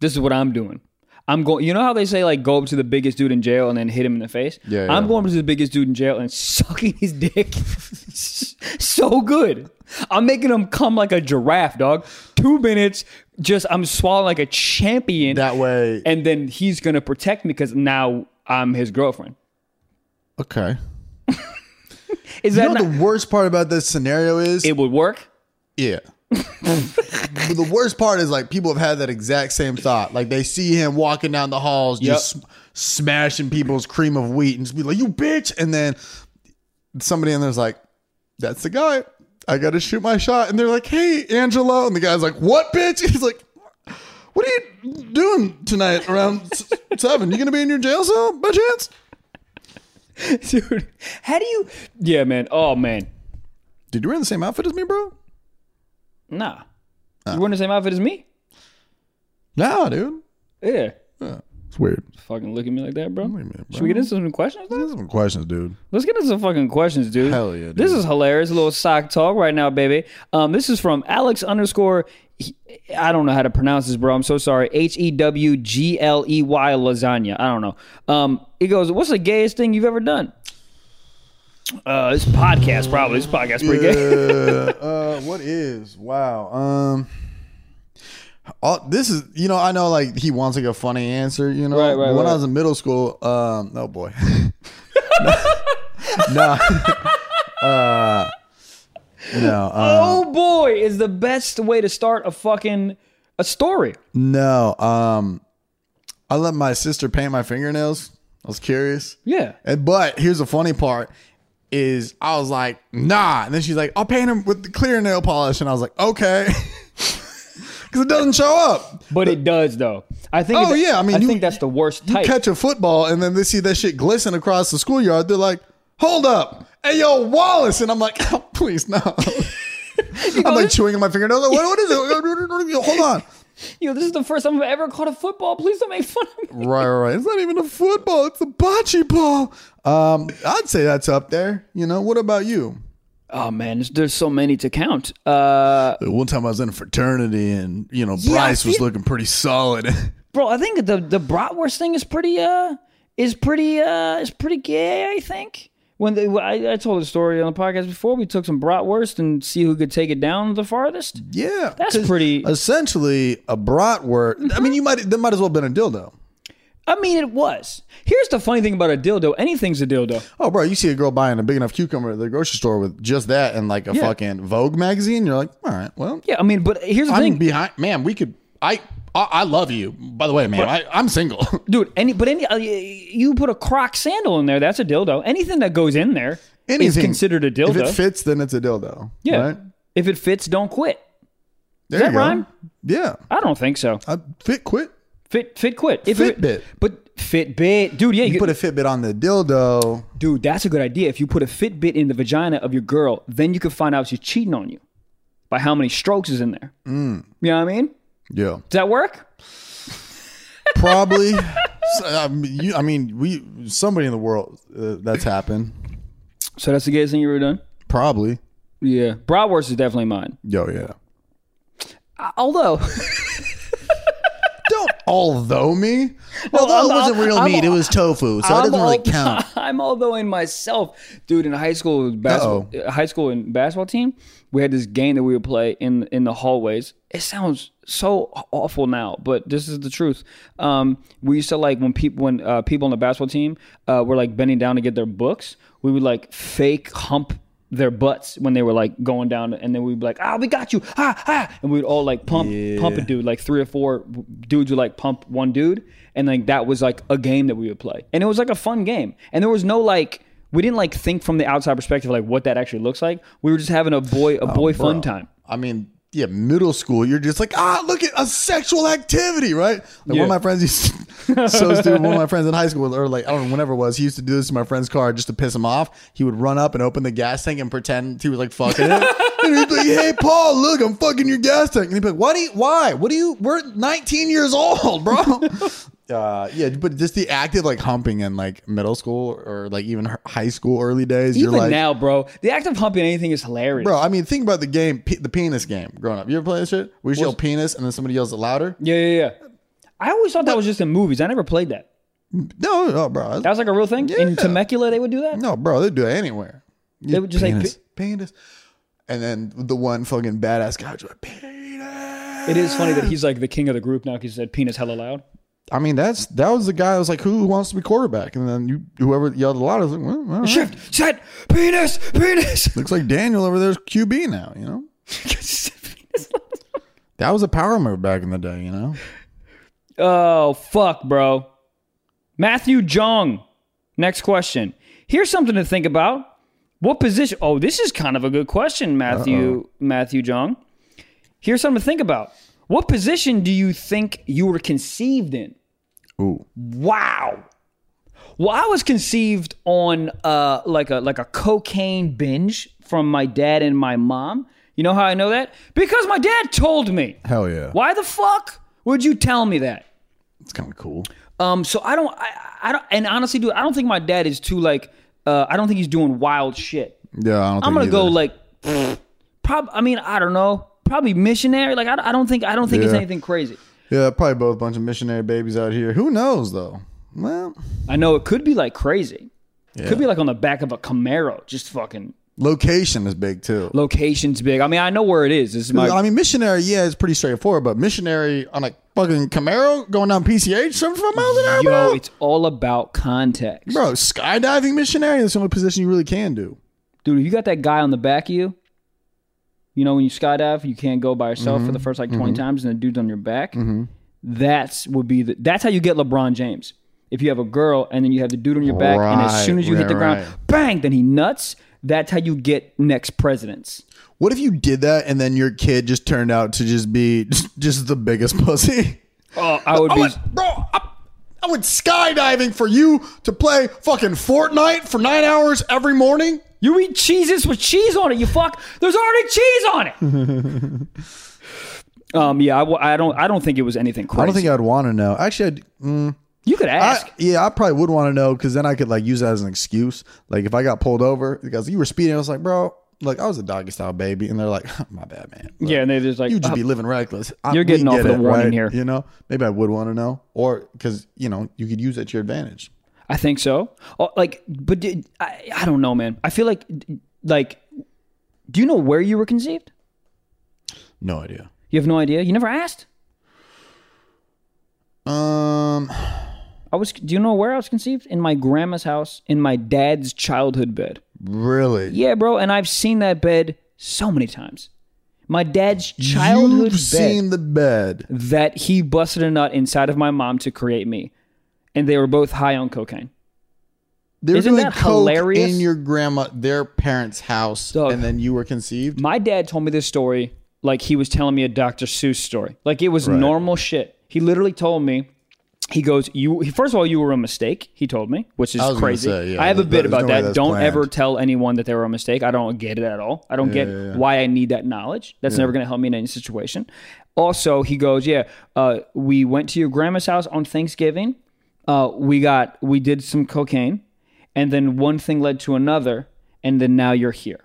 [SPEAKER 2] this is what I'm doing. I'm going. You know how they say like go up to the biggest dude in jail and then hit him in the face.
[SPEAKER 1] Yeah,
[SPEAKER 2] I'm
[SPEAKER 1] yeah.
[SPEAKER 2] going up to the biggest dude in jail and sucking his dick so good. I'm making him come like a giraffe, dog. Two minutes, just I'm swallowing like a champion.
[SPEAKER 1] that way
[SPEAKER 2] and then he's gonna protect me because now I'm his girlfriend.
[SPEAKER 1] okay
[SPEAKER 2] Is
[SPEAKER 1] you
[SPEAKER 2] that
[SPEAKER 1] know
[SPEAKER 2] not,
[SPEAKER 1] what the worst part about this scenario is
[SPEAKER 2] it? Would work?
[SPEAKER 1] yeah But the worst part is like people have had that exact same thought like they see him walking down the halls just sm- smashing people's cream of wheat and just be like you bitch and then somebody in there's like that's the guy i gotta shoot my shot and they're like hey angelo and the guy's like what bitch he's like What are you doing tonight around s- seven? You gonna be in your jail cell by chance?
[SPEAKER 2] Dude, how do you? Yeah, man. Oh, man.
[SPEAKER 1] Did you wear the same outfit as me, bro?
[SPEAKER 2] Nah. You wearing the same outfit as me?
[SPEAKER 1] Nah, dude.
[SPEAKER 2] Yeah.
[SPEAKER 1] It's weird.
[SPEAKER 2] Fucking look at me like that, bro.
[SPEAKER 1] Wait a minute, bro.
[SPEAKER 2] Should we get into some questions? Though?
[SPEAKER 1] There's some questions, dude.
[SPEAKER 2] Let's get into some fucking questions, dude.
[SPEAKER 1] Hell yeah, dude.
[SPEAKER 2] This is hilarious. A little sock talk right now, baby. Um, this is from Alex underscore. I don't know how to pronounce this, bro. I'm so sorry. H e w g l e y lasagna. I don't know. Um, he goes, "What's the gayest thing you've ever done?" Uh, this podcast probably. This podcast pretty gay.
[SPEAKER 1] uh, uh, what is? Wow. Um. all- this is, you know, I know like he wants like a funny answer, you know.
[SPEAKER 2] Right, right,
[SPEAKER 1] But when
[SPEAKER 2] right.
[SPEAKER 1] I was in middle school, um, oh boy, no, no, uh, no, uh,
[SPEAKER 2] oh boy, is the best way to start a fucking a story.
[SPEAKER 1] no. Um, I let my sister paint my fingernails. I was curious.
[SPEAKER 2] Yeah.
[SPEAKER 1] And but here's the funny part is I was like, nah. And then she's like, I'll paint him with the clear nail polish. And I was like, okay. Cause it doesn't show up.
[SPEAKER 2] But it does though. I think.
[SPEAKER 1] Oh,
[SPEAKER 2] it-
[SPEAKER 1] yeah, I mean,
[SPEAKER 2] I
[SPEAKER 1] you-
[SPEAKER 2] think that's the worst type.
[SPEAKER 1] Catch a football and then they see that shit glisten across the schoolyard. They're like, hold up. Hey yo, Wallace. And I'm like, oh, please no. I'm like chewing on my fingernails. Like, what, what is it? Hold on.
[SPEAKER 2] Yo, this is the first time I've ever caught a football. Please don't make fun of me.
[SPEAKER 1] Right, right, right. It's not even a football. It's a bocce ball. Um, I'd say that's up there. You know, what about you?
[SPEAKER 2] Oh man, there's, there's so many to count. Uh,
[SPEAKER 1] Like, One time I was in a fraternity and, you know,
[SPEAKER 2] Yeah, I
[SPEAKER 1] Bryce was
[SPEAKER 2] feel-
[SPEAKER 1] looking pretty solid.
[SPEAKER 2] bro, I think the the bratwurst thing is pretty uh is pretty uh is pretty gay. I think when they, I, I told the story on the podcast before, we took some bratwurst and see who could take it down the farthest.
[SPEAKER 1] yeah.
[SPEAKER 2] That's Mm-hmm. pretty.
[SPEAKER 1] Essentially, a bratwurst. I mean, you might, that might as well have been a dildo.
[SPEAKER 2] I mean, it was. Here's the funny thing about a dildo. Anything's a dildo.
[SPEAKER 1] Oh, bro, you see a girl buying a big enough cucumber at the grocery store with just that and like a fucking Vogue magazine. You're like, all right, well,
[SPEAKER 2] Yeah, I mean, but here's the
[SPEAKER 1] I'm
[SPEAKER 2] thing,
[SPEAKER 1] behind. Man, we could, I, I, I love you. By the way, man, I, I'm single.
[SPEAKER 2] dude. Any but any uh, you put a croc sandal in there, that's a dildo. Anything that goes in there is
[SPEAKER 1] Anything.
[SPEAKER 2] considered a dildo.
[SPEAKER 1] If it fits, then it's a dildo.
[SPEAKER 2] Yeah.
[SPEAKER 1] Right?
[SPEAKER 2] If it fits, don't quit.
[SPEAKER 1] There
[SPEAKER 2] that
[SPEAKER 1] you go.
[SPEAKER 2] rhyme?
[SPEAKER 1] Yeah.
[SPEAKER 2] I don't think so.
[SPEAKER 1] I, fit, quit.
[SPEAKER 2] Fit Fit quit. If it-
[SPEAKER 1] Fitbit.
[SPEAKER 2] but Fitbit, dude. Yeah, you
[SPEAKER 1] You
[SPEAKER 2] could-
[SPEAKER 1] put a Fitbit on the dildo.
[SPEAKER 2] dude, that's a good idea. If you put a Fitbit in the vagina of your girl, then you can find out she's cheating on you by how many strokes is in there.
[SPEAKER 1] Mm.
[SPEAKER 2] You know what I mean?
[SPEAKER 1] Yeah.
[SPEAKER 2] Does that work?
[SPEAKER 1] probably. So, I, mean, you, I mean, we somebody in the world uh, that's happened.
[SPEAKER 2] So that's the gayest thing you ever done.
[SPEAKER 1] Probably.
[SPEAKER 2] Yeah, bratwurst is definitely mine.
[SPEAKER 1] Yo, yeah.
[SPEAKER 2] Although
[SPEAKER 1] Don't although me, although it
[SPEAKER 2] I'm-
[SPEAKER 1] wasn't real
[SPEAKER 2] I'm-
[SPEAKER 1] meat, it was tofu, so it doesn't really
[SPEAKER 2] although-
[SPEAKER 1] count.
[SPEAKER 2] I'm although in myself, dude. In high school basketball, uh, high school and basketball team, we had this game that we would play in in the hallways. It sounds so awful now, but this is the truth. Um, we used to like when people when uh, people on the basketball team uh, were like bending down to get their books. We would like fake hump their butts when they were like going down and then we'd be like ah we got you ah ah and we'd all like pump pump a dude like three or four w- dudes would like pump one dude and like that was like a game that we would play and it was like a fun game and there was no like we didn't like think from the outside perspective like what that actually looks like we were just having a boy
[SPEAKER 1] Oh,
[SPEAKER 2] a boy fun time
[SPEAKER 1] I mean, yeah, middle school, you're just like, ah, look at a sexual activity, right? Like one
[SPEAKER 2] Yeah.
[SPEAKER 1] of my friends used to, so stupid. One of my friends in high school, or like, I don't know, whenever it was, he used to do this in my friend's car just to piss him off. He would run up and open the gas tank and pretend he was like fucking it. And he'd be like, hey, Paul, look, I'm fucking your gas tank. And he'd be like, what do you, why? What do you, we're 19 years old, bro. Uh, yeah, but just the act of like humping in like middle school or like even h- high school early days,
[SPEAKER 2] even
[SPEAKER 1] you're like,
[SPEAKER 2] now bro the act of humping anything is hilarious
[SPEAKER 1] Bro, I mean, think about the game, pe- the penis game growing up. You ever play this shit? We yell penis and then somebody yells it louder?
[SPEAKER 2] yeah yeah yeah i always thought that was just in movies i never played that
[SPEAKER 1] No, no, bro.
[SPEAKER 2] that was like a real thing in
[SPEAKER 1] Yeah.
[SPEAKER 2] temecula they would do that
[SPEAKER 1] no, bro, they'd do it anywhere.
[SPEAKER 2] they would just
[SPEAKER 1] penis,
[SPEAKER 2] like
[SPEAKER 1] penis. And then the one fucking badass guy was like, penis.
[SPEAKER 2] It is funny that he's like the king of the group now because he said penis hella loud.
[SPEAKER 1] I mean, that's that was the guy that was like, who wants to be quarterback? And then you, whoever yelled it louder was like, well, all right.
[SPEAKER 2] Shift, set, penis, penis.
[SPEAKER 1] Looks like Daniel over there's QB now, you know? That was a power move back in the day, you know?
[SPEAKER 2] oh, fuck, bro. Matthew Jong. Next question. Here's something to think about. What position? Oh, this is kind of a good question, Matthew Matthew Jong. Here's something to think about. What position do you think you were conceived in?
[SPEAKER 1] Ooh.
[SPEAKER 2] Wow. Well, I was conceived on uh, like a like a cocaine binge from my dad and my mom. You know how I know that? Because my dad told me.
[SPEAKER 1] Hell yeah.
[SPEAKER 2] Why the fuck would you tell me that?
[SPEAKER 1] It's kind of cool.
[SPEAKER 2] Um, so I don't, I, I don't, and honestly, dude, I don't think my dad is too like. Uh, I don't think he's doing wild shit.
[SPEAKER 1] Yeah, I don't
[SPEAKER 2] I'm gonna
[SPEAKER 1] think
[SPEAKER 2] go
[SPEAKER 1] either.
[SPEAKER 2] like, prob. I mean, I don't know. Probably missionary. Like, I, I don't think, I don't think it's
[SPEAKER 1] Yeah.
[SPEAKER 2] anything crazy.
[SPEAKER 1] Yeah, probably both bunch of missionary babies out here. Who knows though? Well,
[SPEAKER 2] I know it could be like crazy. It Could be like on the back of a Camaro, just fucking
[SPEAKER 1] location is big too.
[SPEAKER 2] location's big. I mean, I know where it is. This is
[SPEAKER 1] I
[SPEAKER 2] my
[SPEAKER 1] mean, missionary, yeah, it's pretty straightforward, but missionary on a fucking Camaro going down PCH 75 miles an hour,
[SPEAKER 2] yo.
[SPEAKER 1] bro.
[SPEAKER 2] It's all about context,
[SPEAKER 1] Bro, skydiving missionary is the only position you really can do.
[SPEAKER 2] dude. If you got that guy on the back of you, you know when you skydive, you can't go by yourself for the
[SPEAKER 1] Mm-hmm.
[SPEAKER 2] first like 20 times, and the dude's on your back. That's would be the, that's how you get LeBron James. If you have a girl and then you have the dude on your back, and as soon as you
[SPEAKER 1] Right,
[SPEAKER 2] hit the
[SPEAKER 1] right,
[SPEAKER 2] ground, bang, then he nuts. That's how you get next presidents.
[SPEAKER 1] What if you did that and then your kid just turned out to just be just the biggest pussy?
[SPEAKER 2] Oh, I would
[SPEAKER 1] I
[SPEAKER 2] be.
[SPEAKER 1] went, bro, I, I went skydiving for you to play fucking Fortnite for nine hours every morning.
[SPEAKER 2] You eat cheeses with cheese on it, you fuck. There's already cheese on it. um, yeah, I, w- I don't, I don't think it was anything crazy.
[SPEAKER 1] I don't think I'd want to know. Actually, I'd,
[SPEAKER 2] you could ask.
[SPEAKER 1] I, yeah, I probably would want to know because then I could like use that as an excuse. Like if I got pulled over because you were speeding, I was like, bro, like I was a doggy style baby, and they're like, my bad, man. Like,
[SPEAKER 2] yeah, and they're just like,
[SPEAKER 1] you just
[SPEAKER 2] uh,
[SPEAKER 1] be living reckless. I-
[SPEAKER 2] you're
[SPEAKER 1] we
[SPEAKER 2] getting off
[SPEAKER 1] get
[SPEAKER 2] the
[SPEAKER 1] it,
[SPEAKER 2] warning here.
[SPEAKER 1] You know, maybe I would want to know, or because you know you could use it to your advantage.
[SPEAKER 2] I think so. Oh, like, but did, I, I don't know, man. I feel like, like, do you know where you were conceived?
[SPEAKER 1] No idea.
[SPEAKER 2] You have no idea. You never asked.
[SPEAKER 1] Um,
[SPEAKER 2] I was. Do you know where I was conceived? In my grandma's house, in my dad's childhood bed.
[SPEAKER 1] really?
[SPEAKER 2] Yeah, bro. And I've seen that bed so many times. My dad's childhood
[SPEAKER 1] You've
[SPEAKER 2] bed.
[SPEAKER 1] seen the bed.
[SPEAKER 2] that he busted a nut inside of my mom to create me. And they were both high on cocaine.
[SPEAKER 1] They're
[SPEAKER 2] Isn't
[SPEAKER 1] doing
[SPEAKER 2] that
[SPEAKER 1] coke
[SPEAKER 2] hilarious?
[SPEAKER 1] in your grandma, their parents' house,
[SPEAKER 2] Dog.
[SPEAKER 1] and then you were conceived.
[SPEAKER 2] My dad told me this story like he was telling me a Dr. Seuss story. Like it was normal shit. He literally told me, he goes, "You he- first of all, you were a mistake." He told me, which is
[SPEAKER 1] I was gonna
[SPEAKER 2] crazy.
[SPEAKER 1] say, yeah,
[SPEAKER 2] I have a
[SPEAKER 1] there's-
[SPEAKER 2] bit
[SPEAKER 1] there's
[SPEAKER 2] about
[SPEAKER 1] no way
[SPEAKER 2] that.
[SPEAKER 1] that's
[SPEAKER 2] Don't
[SPEAKER 1] planned.
[SPEAKER 2] ever tell anyone that they were a mistake. I don't get it at all. I don't get why I need that knowledge. That's never going to help me in any situation. Also, he goes, "Yeah, uh, we went to your grandma's house on Thanksgiving. Uh, we got we did some cocaine, and then one thing led to another, and then now you're here."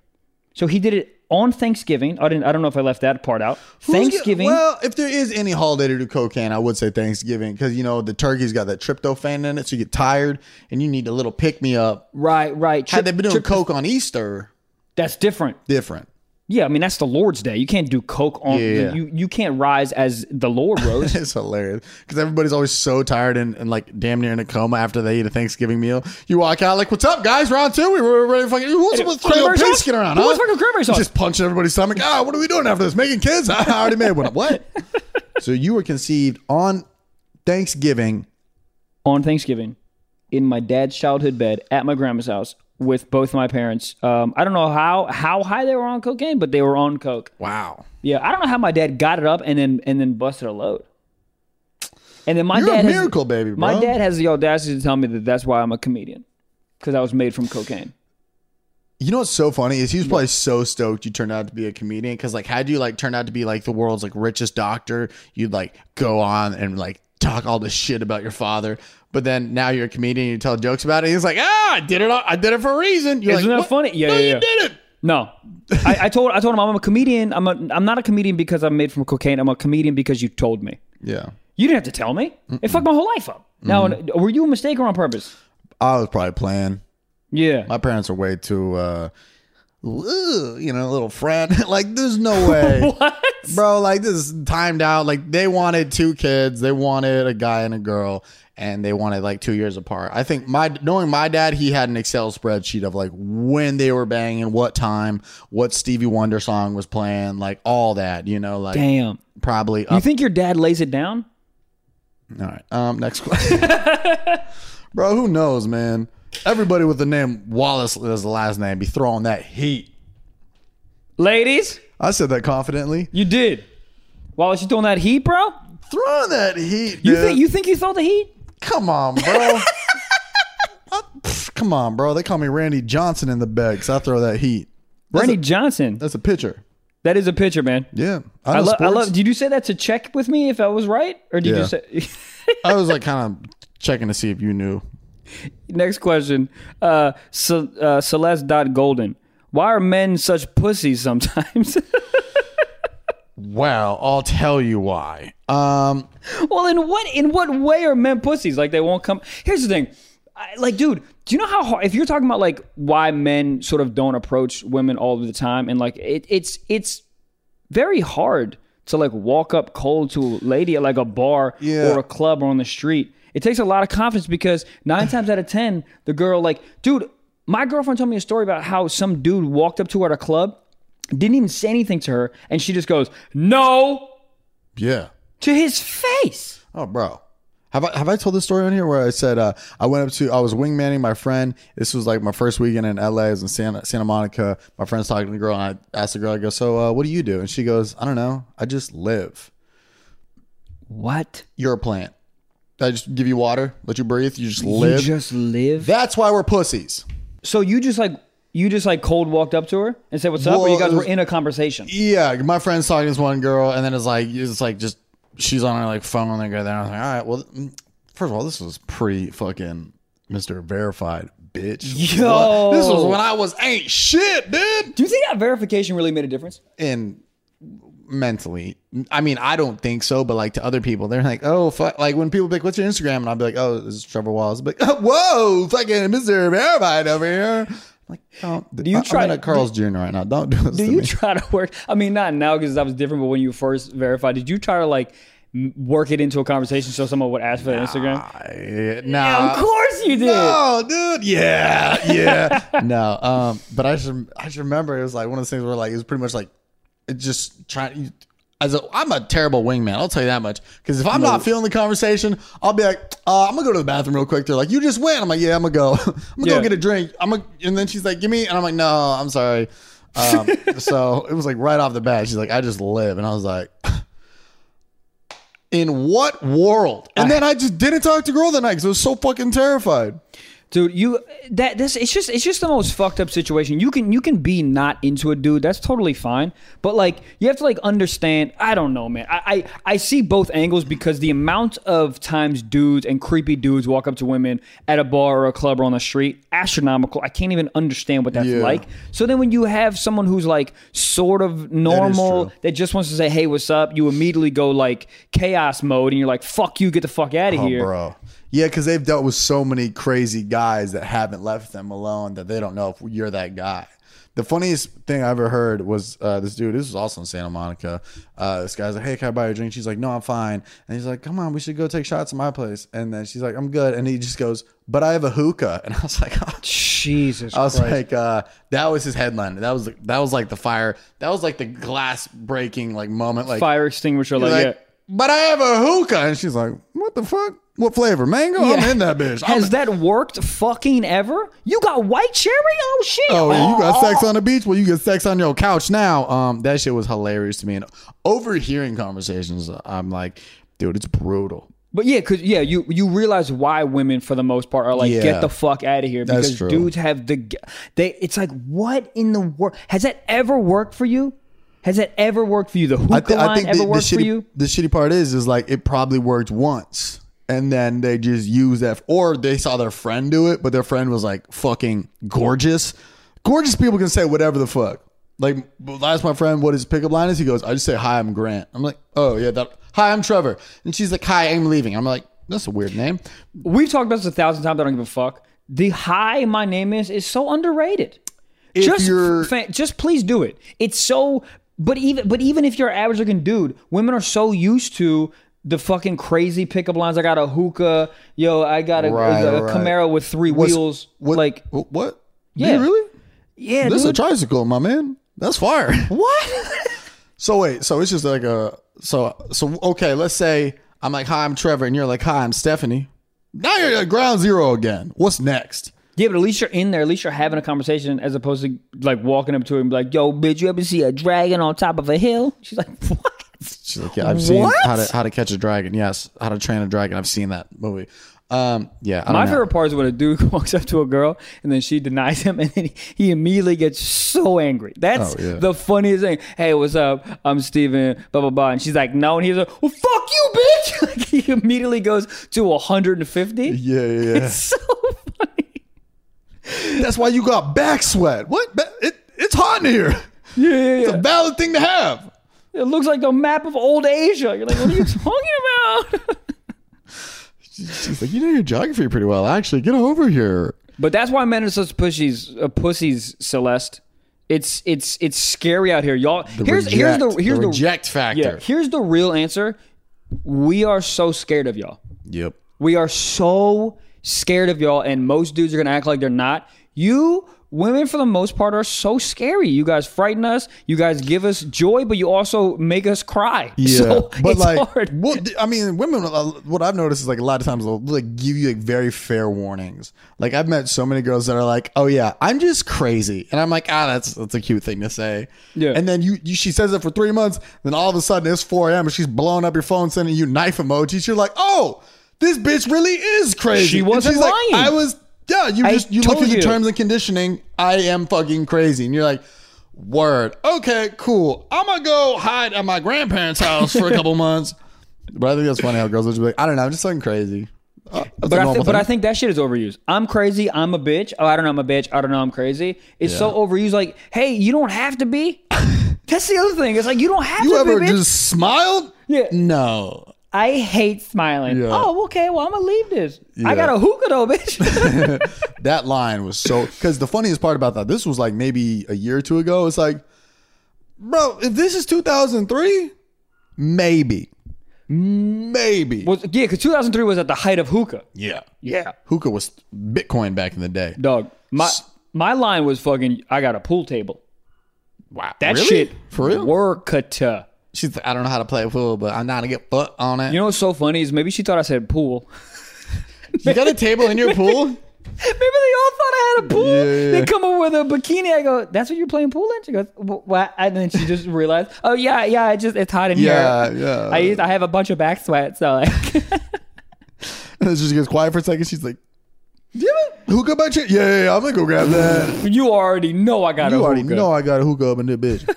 [SPEAKER 2] So he did it on Thanksgiving. I didn't. I don't know if I left that part out.
[SPEAKER 1] Who's
[SPEAKER 2] Thanksgiving.
[SPEAKER 1] get- well, if there is any holiday to do cocaine, I would say Thanksgiving because you know the turkey's got that tryptophan in it, so you get tired and you need a little pick me up.
[SPEAKER 2] right, right.
[SPEAKER 1] Had
[SPEAKER 2] Trip-
[SPEAKER 1] they been doing
[SPEAKER 2] trip-
[SPEAKER 1] coke on Easter,
[SPEAKER 2] that's different.
[SPEAKER 1] different.
[SPEAKER 2] Yeah, I mean that's the Lord's day. You can't do coke on.
[SPEAKER 1] Yeah.
[SPEAKER 2] You you can't rise as the Lord rose.
[SPEAKER 1] It's hilarious because everybody's always so tired and, and like damn near in a coma after they eat a Thanksgiving meal. You walk out like, "What's up, guys? Round two. We were ready. to Fucking who wants to
[SPEAKER 2] cranberry
[SPEAKER 1] cranberry
[SPEAKER 2] sauce?
[SPEAKER 1] sauce? Get around,
[SPEAKER 2] Who
[SPEAKER 1] huh?
[SPEAKER 2] wants fucking cranberry sauce?
[SPEAKER 1] Just punching everybody's stomach. Ah, what are we doing after this? Making kids? I already made one. up. What? so you were conceived on Thanksgiving.
[SPEAKER 2] on Thanksgiving in my dad's childhood bed at my grandma's house with both my parents. Um, I don't know how how high they were on cocaine, but they were on coke.
[SPEAKER 1] Wow.
[SPEAKER 2] Yeah, I don't know how my dad got it up and then and then busted a load. And then my
[SPEAKER 1] You're
[SPEAKER 2] dad
[SPEAKER 1] a
[SPEAKER 2] has-
[SPEAKER 1] miracle baby, bro.
[SPEAKER 2] my dad has the audacity to tell me that that's why I'm a comedian because I was made from cocaine.
[SPEAKER 1] You know what's so funny is he was probably so stoked you turned out to be a comedian because like had you like turned out to be like the world's like richest doctor, you'd like go on and like talk all this shit about your father. But then now you're a comedian, you tell jokes about it. He's like, ah, I did it. all- I did it for a reason. You're
[SPEAKER 2] Isn't
[SPEAKER 1] like,
[SPEAKER 2] that
[SPEAKER 1] "What?
[SPEAKER 2] funny? Yeah,
[SPEAKER 1] no,
[SPEAKER 2] yeah,
[SPEAKER 1] you
[SPEAKER 2] yeah.
[SPEAKER 1] did it.
[SPEAKER 2] No, I, I told I told him I'm a comedian. I'm a I'm not a comedian because I'm made from cocaine. I'm a comedian because you told me.
[SPEAKER 1] Yeah,
[SPEAKER 2] You didn't have to tell me. It fucked my whole life up. Now,
[SPEAKER 1] Mm-hmm.
[SPEAKER 2] were you a mistake or on purpose?
[SPEAKER 1] I was probably playing.
[SPEAKER 2] Yeah.
[SPEAKER 1] My parents are way too, uh, "Ooh," you know, a little friend. like, there's no way.
[SPEAKER 2] what?
[SPEAKER 1] bro like this is timed out like they wanted two kids they wanted a guy and a girl and they wanted like two years apart i think my knowing my dad he had an excel spreadsheet of like when they were banging what time what stevie wonder song was playing like all that you know like
[SPEAKER 2] Damn.
[SPEAKER 1] probably
[SPEAKER 2] You
[SPEAKER 1] up
[SPEAKER 2] think your dad lays it down?
[SPEAKER 1] all right um next question bro who knows man everybody with the name wallace as the last name be throwing that heat
[SPEAKER 2] Ladies,
[SPEAKER 1] i said that confidently
[SPEAKER 2] you did. Wallace, you throwing that heat, bro?
[SPEAKER 1] throwing that heat
[SPEAKER 2] You
[SPEAKER 1] dude.
[SPEAKER 2] think you think you felt the heat?
[SPEAKER 1] Come on, bro. Uh, pff, Come on, bro. They call me Randy Johnson in the bed 'cause I throw that heat.
[SPEAKER 2] Randy Johnson.
[SPEAKER 1] That's a pitcher.
[SPEAKER 2] That is a pitcher, man.
[SPEAKER 1] Yeah.
[SPEAKER 2] I,
[SPEAKER 1] know
[SPEAKER 2] love. I
[SPEAKER 1] sports.
[SPEAKER 2] love. Did you say that to check with me if I was right, or did you
[SPEAKER 1] Yeah.
[SPEAKER 2] just say?
[SPEAKER 1] I was like kind of checking to see if you knew.
[SPEAKER 2] Next question. Uh, Ce- uh, Celeste dot Golden. Why are men such pussies sometimes?
[SPEAKER 1] Well, I'll tell you why. Um,
[SPEAKER 2] Well, in what in what way are men pussies? Like they won't come. Here's the thing, I, like dude, do you know how hard? If you're talking about like why men sort of don't approach women all the time, and like it, it's it's very hard to like walk up cold to a lady at like a bar
[SPEAKER 1] Yeah.
[SPEAKER 2] or a club or on the street. It takes a lot of confidence because nine times out of ten, the girl like, dude, my girlfriend told me a story about how some dude walked up to her at a club, didn't even say anything to her, and she just goes, "No,"
[SPEAKER 1] yeah.
[SPEAKER 2] to his face.
[SPEAKER 1] Oh, bro. Have I, have I told this story on here where I said uh, I went up to I was wingmanning my friend. This was like my first weekend in LA. I was in Santa Santa Monica. My friend's talking to the girl, and I asked the girl. I go, "So, uh, what do you do?" And she goes, "I don't know. I just live."
[SPEAKER 2] What?
[SPEAKER 1] you're a plant. I just give you water, let you breathe, you just live.
[SPEAKER 2] You just live.
[SPEAKER 1] That's why we're pussies.
[SPEAKER 2] so you just like you just like cold walked up to her and said what's up, or
[SPEAKER 1] Well,
[SPEAKER 2] you guys
[SPEAKER 1] it
[SPEAKER 2] were
[SPEAKER 1] was-
[SPEAKER 2] in a conversation.
[SPEAKER 1] Yeah, my friend's talking to this one girl, and then it's like it's like just she's on her like phone and they go there. And I was like, all right, well, mm, first of all, this was pre fucking Mister Verified bitch.
[SPEAKER 2] Yo.
[SPEAKER 1] What? this was when I was ain't shit, dude.
[SPEAKER 2] Do you think that verification really made a difference?
[SPEAKER 1] and mentally i mean i don't think so but like to other people they're like oh fuck like when people be like what's your instagram and i'll be like oh this is trevor wallace but like whoa fucking mr Verified over here I'm like don't do
[SPEAKER 2] you
[SPEAKER 1] you
[SPEAKER 2] try
[SPEAKER 1] try I'm
[SPEAKER 2] to-
[SPEAKER 1] at carl's jr right now don't do this
[SPEAKER 2] Do
[SPEAKER 1] to
[SPEAKER 2] you
[SPEAKER 1] me
[SPEAKER 2] try to work? I mean, not now because that was different, but when you first verified, did you try to like m- work it into a conversation so someone would ask for their Instagram?
[SPEAKER 1] I-
[SPEAKER 2] Of
[SPEAKER 1] nah
[SPEAKER 2] course you did.
[SPEAKER 1] Ah. no dude yeah yeah no um but i should i should remember it was like one of those things where like it was pretty much like it just trying as a, I'm a terrible wingman. I'll tell you that much. Because if I'm not feeling the conversation, I'll be like, uh, I'm gonna go to the bathroom real quick. They're like, you just went. I'm like, yeah, I'm gonna go. I'm gonna
[SPEAKER 2] Yeah.
[SPEAKER 1] go get a drink. I'm gonna, and then she's like, give me, and I'm like, no, I'm sorry. Um, so it was like right off the bat. She's like, I just live, and I was like, in what world? And then I just didn't talk to girl that night because I was so fucking terrified.
[SPEAKER 2] Dude, you that this it's just it's just the most fucked up situation. You can you can be not into a dude, that's totally fine. But like you have to like understand, I don't know, man. I I, I see both angles because the amount of times dudes and creepy dudes walk up to women at a bar or a club or on the street, astronomical. I can't even understand what that's
[SPEAKER 1] Yeah.
[SPEAKER 2] like. So then when you have someone who's like sort of normal
[SPEAKER 1] true.
[SPEAKER 2] that, just wants to say, Hey, what's up? You immediately go like chaos mode and you're like, Fuck you, get the fuck out of
[SPEAKER 1] Oh,
[SPEAKER 2] here.
[SPEAKER 1] bro. Yeah, because they've dealt with so many crazy guys that haven't left them alone that they don't know if you're that guy. The funniest thing I ever heard was uh, this dude. This is also in Santa Monica. Uh, this guy's like, "Hey, can I buy you a drink?" She's like, "No, I'm fine." And he's like, "Come on, we should go take shots at my place." And then she's like, "I'm good." And he just goes, "But I have a hookah." And I was like, oh,
[SPEAKER 2] Jesus
[SPEAKER 1] I was
[SPEAKER 2] Christ.
[SPEAKER 1] like, uh, that was his headline. That was that was like the fire. That was like the glass breaking like moment. Like
[SPEAKER 2] fire extinguisher. Like,
[SPEAKER 1] You're
[SPEAKER 2] yeah.
[SPEAKER 1] like, but I have a hookah. And she's like, what the fuck? What flavor? Mango? I'm
[SPEAKER 2] Yeah.
[SPEAKER 1] in that bitch. I'm-
[SPEAKER 2] Has that worked fucking ever? You got white cherry? Oh shit.
[SPEAKER 1] oh, yeah, you got sex on the beach? Well, you get sex on your couch now. Um, That shit was hilarious to me. And overhearing conversations, I'm like, dude, it's brutal.
[SPEAKER 2] But yeah, cause yeah, you you realize why women for the most part are like,
[SPEAKER 1] Yeah.
[SPEAKER 2] get the fuck out of here
[SPEAKER 1] That's
[SPEAKER 2] because
[SPEAKER 1] true.
[SPEAKER 2] dudes have the g- they. It's like, what in the world has that ever worked for you? Has that ever worked for you? The hookah
[SPEAKER 1] I, thi- I
[SPEAKER 2] line
[SPEAKER 1] think
[SPEAKER 2] ever
[SPEAKER 1] the, the
[SPEAKER 2] worked for
[SPEAKER 1] shitty,
[SPEAKER 2] you?
[SPEAKER 1] the shitty part is, is like, it probably worked once. And then they just use that, or they saw their friend do it, but their friend was like fucking gorgeous. Gorgeous people can say whatever the fuck. Like, I asked my friend what his pickup line is. He goes, I just say, Hi, I'm Grant. I'm like, Oh, yeah. That, Hi, I'm Trevor. And she's like, Hi, I'm leaving. I'm like, That's a weird name.
[SPEAKER 2] We've talked about this a thousand times. I don't give a fuck. The high my name is is so underrated. just
[SPEAKER 1] you're-
[SPEAKER 2] fa- just please do it. It's so. But even but even if you're an average looking dude, women are so used to the fucking crazy pickup lines. I got a hookah. Yo, I got a,
[SPEAKER 1] Right,
[SPEAKER 2] a
[SPEAKER 1] right.
[SPEAKER 2] Camaro with three
[SPEAKER 1] What's-
[SPEAKER 2] wheels.
[SPEAKER 1] What,
[SPEAKER 2] like
[SPEAKER 1] wh- what?
[SPEAKER 2] Yeah.
[SPEAKER 1] You really?
[SPEAKER 2] yeah,
[SPEAKER 1] This is a
[SPEAKER 2] dude.
[SPEAKER 1] tricycle, my man. That's fire.
[SPEAKER 2] what?
[SPEAKER 1] So wait, so it's just like a so so okay, let's say I'm like, hi, I'm Trevor, and you're like, hi, I'm Stephanie. Now you're at ground zero again. What's next?
[SPEAKER 2] yeah, but at least you're in there. At least you're having a conversation as opposed to like walking up to her and be like, "Yo, bitch, you ever see a dragon on top of a hill?" She's like, "What?"
[SPEAKER 1] She's like, Yeah, I've seen
[SPEAKER 2] What?
[SPEAKER 1] how to how to catch a dragon. Yes, how to train a dragon. I've seen that movie. Um, yeah, I don't
[SPEAKER 2] My
[SPEAKER 1] know.
[SPEAKER 2] favorite part is when a dude walks up to a girl and then she denies him and then he immediately gets so angry. That's
[SPEAKER 1] Oh, yeah.
[SPEAKER 2] the funniest thing. Hey, what's up? I'm Steven, blah, blah, blah. And she's like, no. And he's like, well, fuck you, bitch. Like, he immediately goes to 150.
[SPEAKER 1] Yeah, yeah, yeah.
[SPEAKER 2] So funny.
[SPEAKER 1] That's why you got back sweat. What? Ba- It, it's hot in here.
[SPEAKER 2] Yeah, yeah,
[SPEAKER 1] It's a
[SPEAKER 2] yeah.
[SPEAKER 1] valid thing to have.
[SPEAKER 2] It looks like a map of old Asia. You're like, what are you talking about?
[SPEAKER 1] She's like, you know your geography pretty well, actually. Get over here.
[SPEAKER 2] But that's why men are such pussies. Uh, pussies, Celeste. It's it's it's scary out here, y'all. here's here's the
[SPEAKER 1] reject-
[SPEAKER 2] here's
[SPEAKER 1] the
[SPEAKER 2] the,
[SPEAKER 1] reject factor.
[SPEAKER 2] Yeah, here's the real answer. We are so scared of y'all.
[SPEAKER 1] Yep.
[SPEAKER 2] We are so scared of y'all, and most dudes are gonna act like they're not. You women, for the most part, are so scary. You guys frighten us. You guys give us joy, but you also make us cry.
[SPEAKER 1] Yeah,
[SPEAKER 2] so
[SPEAKER 1] but
[SPEAKER 2] it's
[SPEAKER 1] like,
[SPEAKER 2] hard.
[SPEAKER 1] well, th- I mean, women. uh, What I've noticed is like a lot of times they'll like give you like very fair warnings. Like I've met so many girls that are like, "Oh yeah, I'm just crazy," and I'm like, "Ah, that's that's a cute thing to say."
[SPEAKER 2] Yeah.
[SPEAKER 1] And then you, you she says it for three months, then all of a sudden it's 4 a.m. and she's blowing up your phone, sending you knife emojis. You're like, "Oh, this bitch really is crazy."
[SPEAKER 2] She
[SPEAKER 1] And
[SPEAKER 2] wasn't
[SPEAKER 1] she's like,
[SPEAKER 2] lying.
[SPEAKER 1] I was. Yeah, you
[SPEAKER 2] I
[SPEAKER 1] just you look
[SPEAKER 2] told
[SPEAKER 1] at the
[SPEAKER 2] you.
[SPEAKER 1] terms and conditioning. I am fucking crazy, and you're like. Word. Okay, cool. I'm gonna go hide at my grandparents' house for a couple months. But I think that's funny how girls are just be like, I don't know, I'm just something crazy. Uh, that's a
[SPEAKER 2] But I,
[SPEAKER 1] normal
[SPEAKER 2] th- but
[SPEAKER 1] thing.
[SPEAKER 2] I think that shit is overused. I'm crazy. I'm a bitch. Oh, I don't know. I'm a bitch. I don't know. I'm crazy. It's so overused. Like, hey, you don't have to be. That's the other thing. It's like you don't have
[SPEAKER 1] you
[SPEAKER 2] to
[SPEAKER 1] ever
[SPEAKER 2] be. a Bitch.
[SPEAKER 1] just smiled?
[SPEAKER 2] Yeah.
[SPEAKER 1] No.
[SPEAKER 2] I hate smiling.
[SPEAKER 1] Yeah.
[SPEAKER 2] Oh, okay. Well, I'm gonna leave this.
[SPEAKER 1] Yeah.
[SPEAKER 2] I got a hookah though, bitch.
[SPEAKER 1] That line was so because the funniest part about that, this was like maybe a year or two ago. It's like, bro, if this is 2003, maybe,
[SPEAKER 2] Mm.
[SPEAKER 1] maybe,
[SPEAKER 2] was, yeah, because 2003 was at the height of hookah.
[SPEAKER 1] yeah,
[SPEAKER 2] Yeah,
[SPEAKER 1] hookah was Bitcoin back in the day.
[SPEAKER 2] dog. My my line was fucking. I got a pool table.
[SPEAKER 1] Wow,
[SPEAKER 2] That
[SPEAKER 1] Really?
[SPEAKER 2] shit
[SPEAKER 1] for real.
[SPEAKER 2] Workata.
[SPEAKER 1] She's like, I don't know how to play pool, but I'm not gonna get foot on it.
[SPEAKER 2] You know what's so funny is maybe she thought I said pool.
[SPEAKER 1] You got a table in your pool?
[SPEAKER 2] Maybe they all thought I had a pool.
[SPEAKER 1] Yeah, yeah, yeah.
[SPEAKER 2] They come over with a bikini. I go, "That's what you're playing pool in?" She goes, "Wh- "What?" And then she just realized, "Oh yeah, yeah. I just it's hot in
[SPEAKER 1] Yeah,
[SPEAKER 2] here.
[SPEAKER 1] yeah.
[SPEAKER 2] I used, I have a bunch of back sweat, so like,
[SPEAKER 1] And then she just gets quiet for a second. She's like, "Do you have a- hookah by chance? Yeah, yeah, yeah, I'm gonna go grab that.
[SPEAKER 2] You already know I got
[SPEAKER 1] you
[SPEAKER 2] a
[SPEAKER 1] already
[SPEAKER 2] hookah.
[SPEAKER 1] know I got a hookah up in this bitch.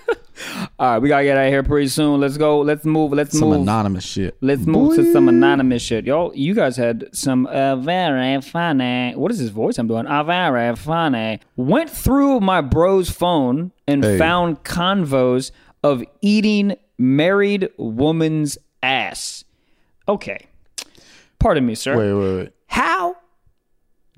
[SPEAKER 2] All right, we gotta get out of here pretty soon. Let's go. Let's move. Let's
[SPEAKER 1] Some
[SPEAKER 2] move.
[SPEAKER 1] anonymous shit.
[SPEAKER 2] Let's move to some anonymous shit, y'all. You guys had some uh, very funny. What is this voice I'm doing? Uh, very funny. Went through my bro's phone and
[SPEAKER 1] Hey.
[SPEAKER 2] found convos of eating married woman's ass. Okay, pardon me, sir.
[SPEAKER 1] Wait, wait, wait.
[SPEAKER 2] How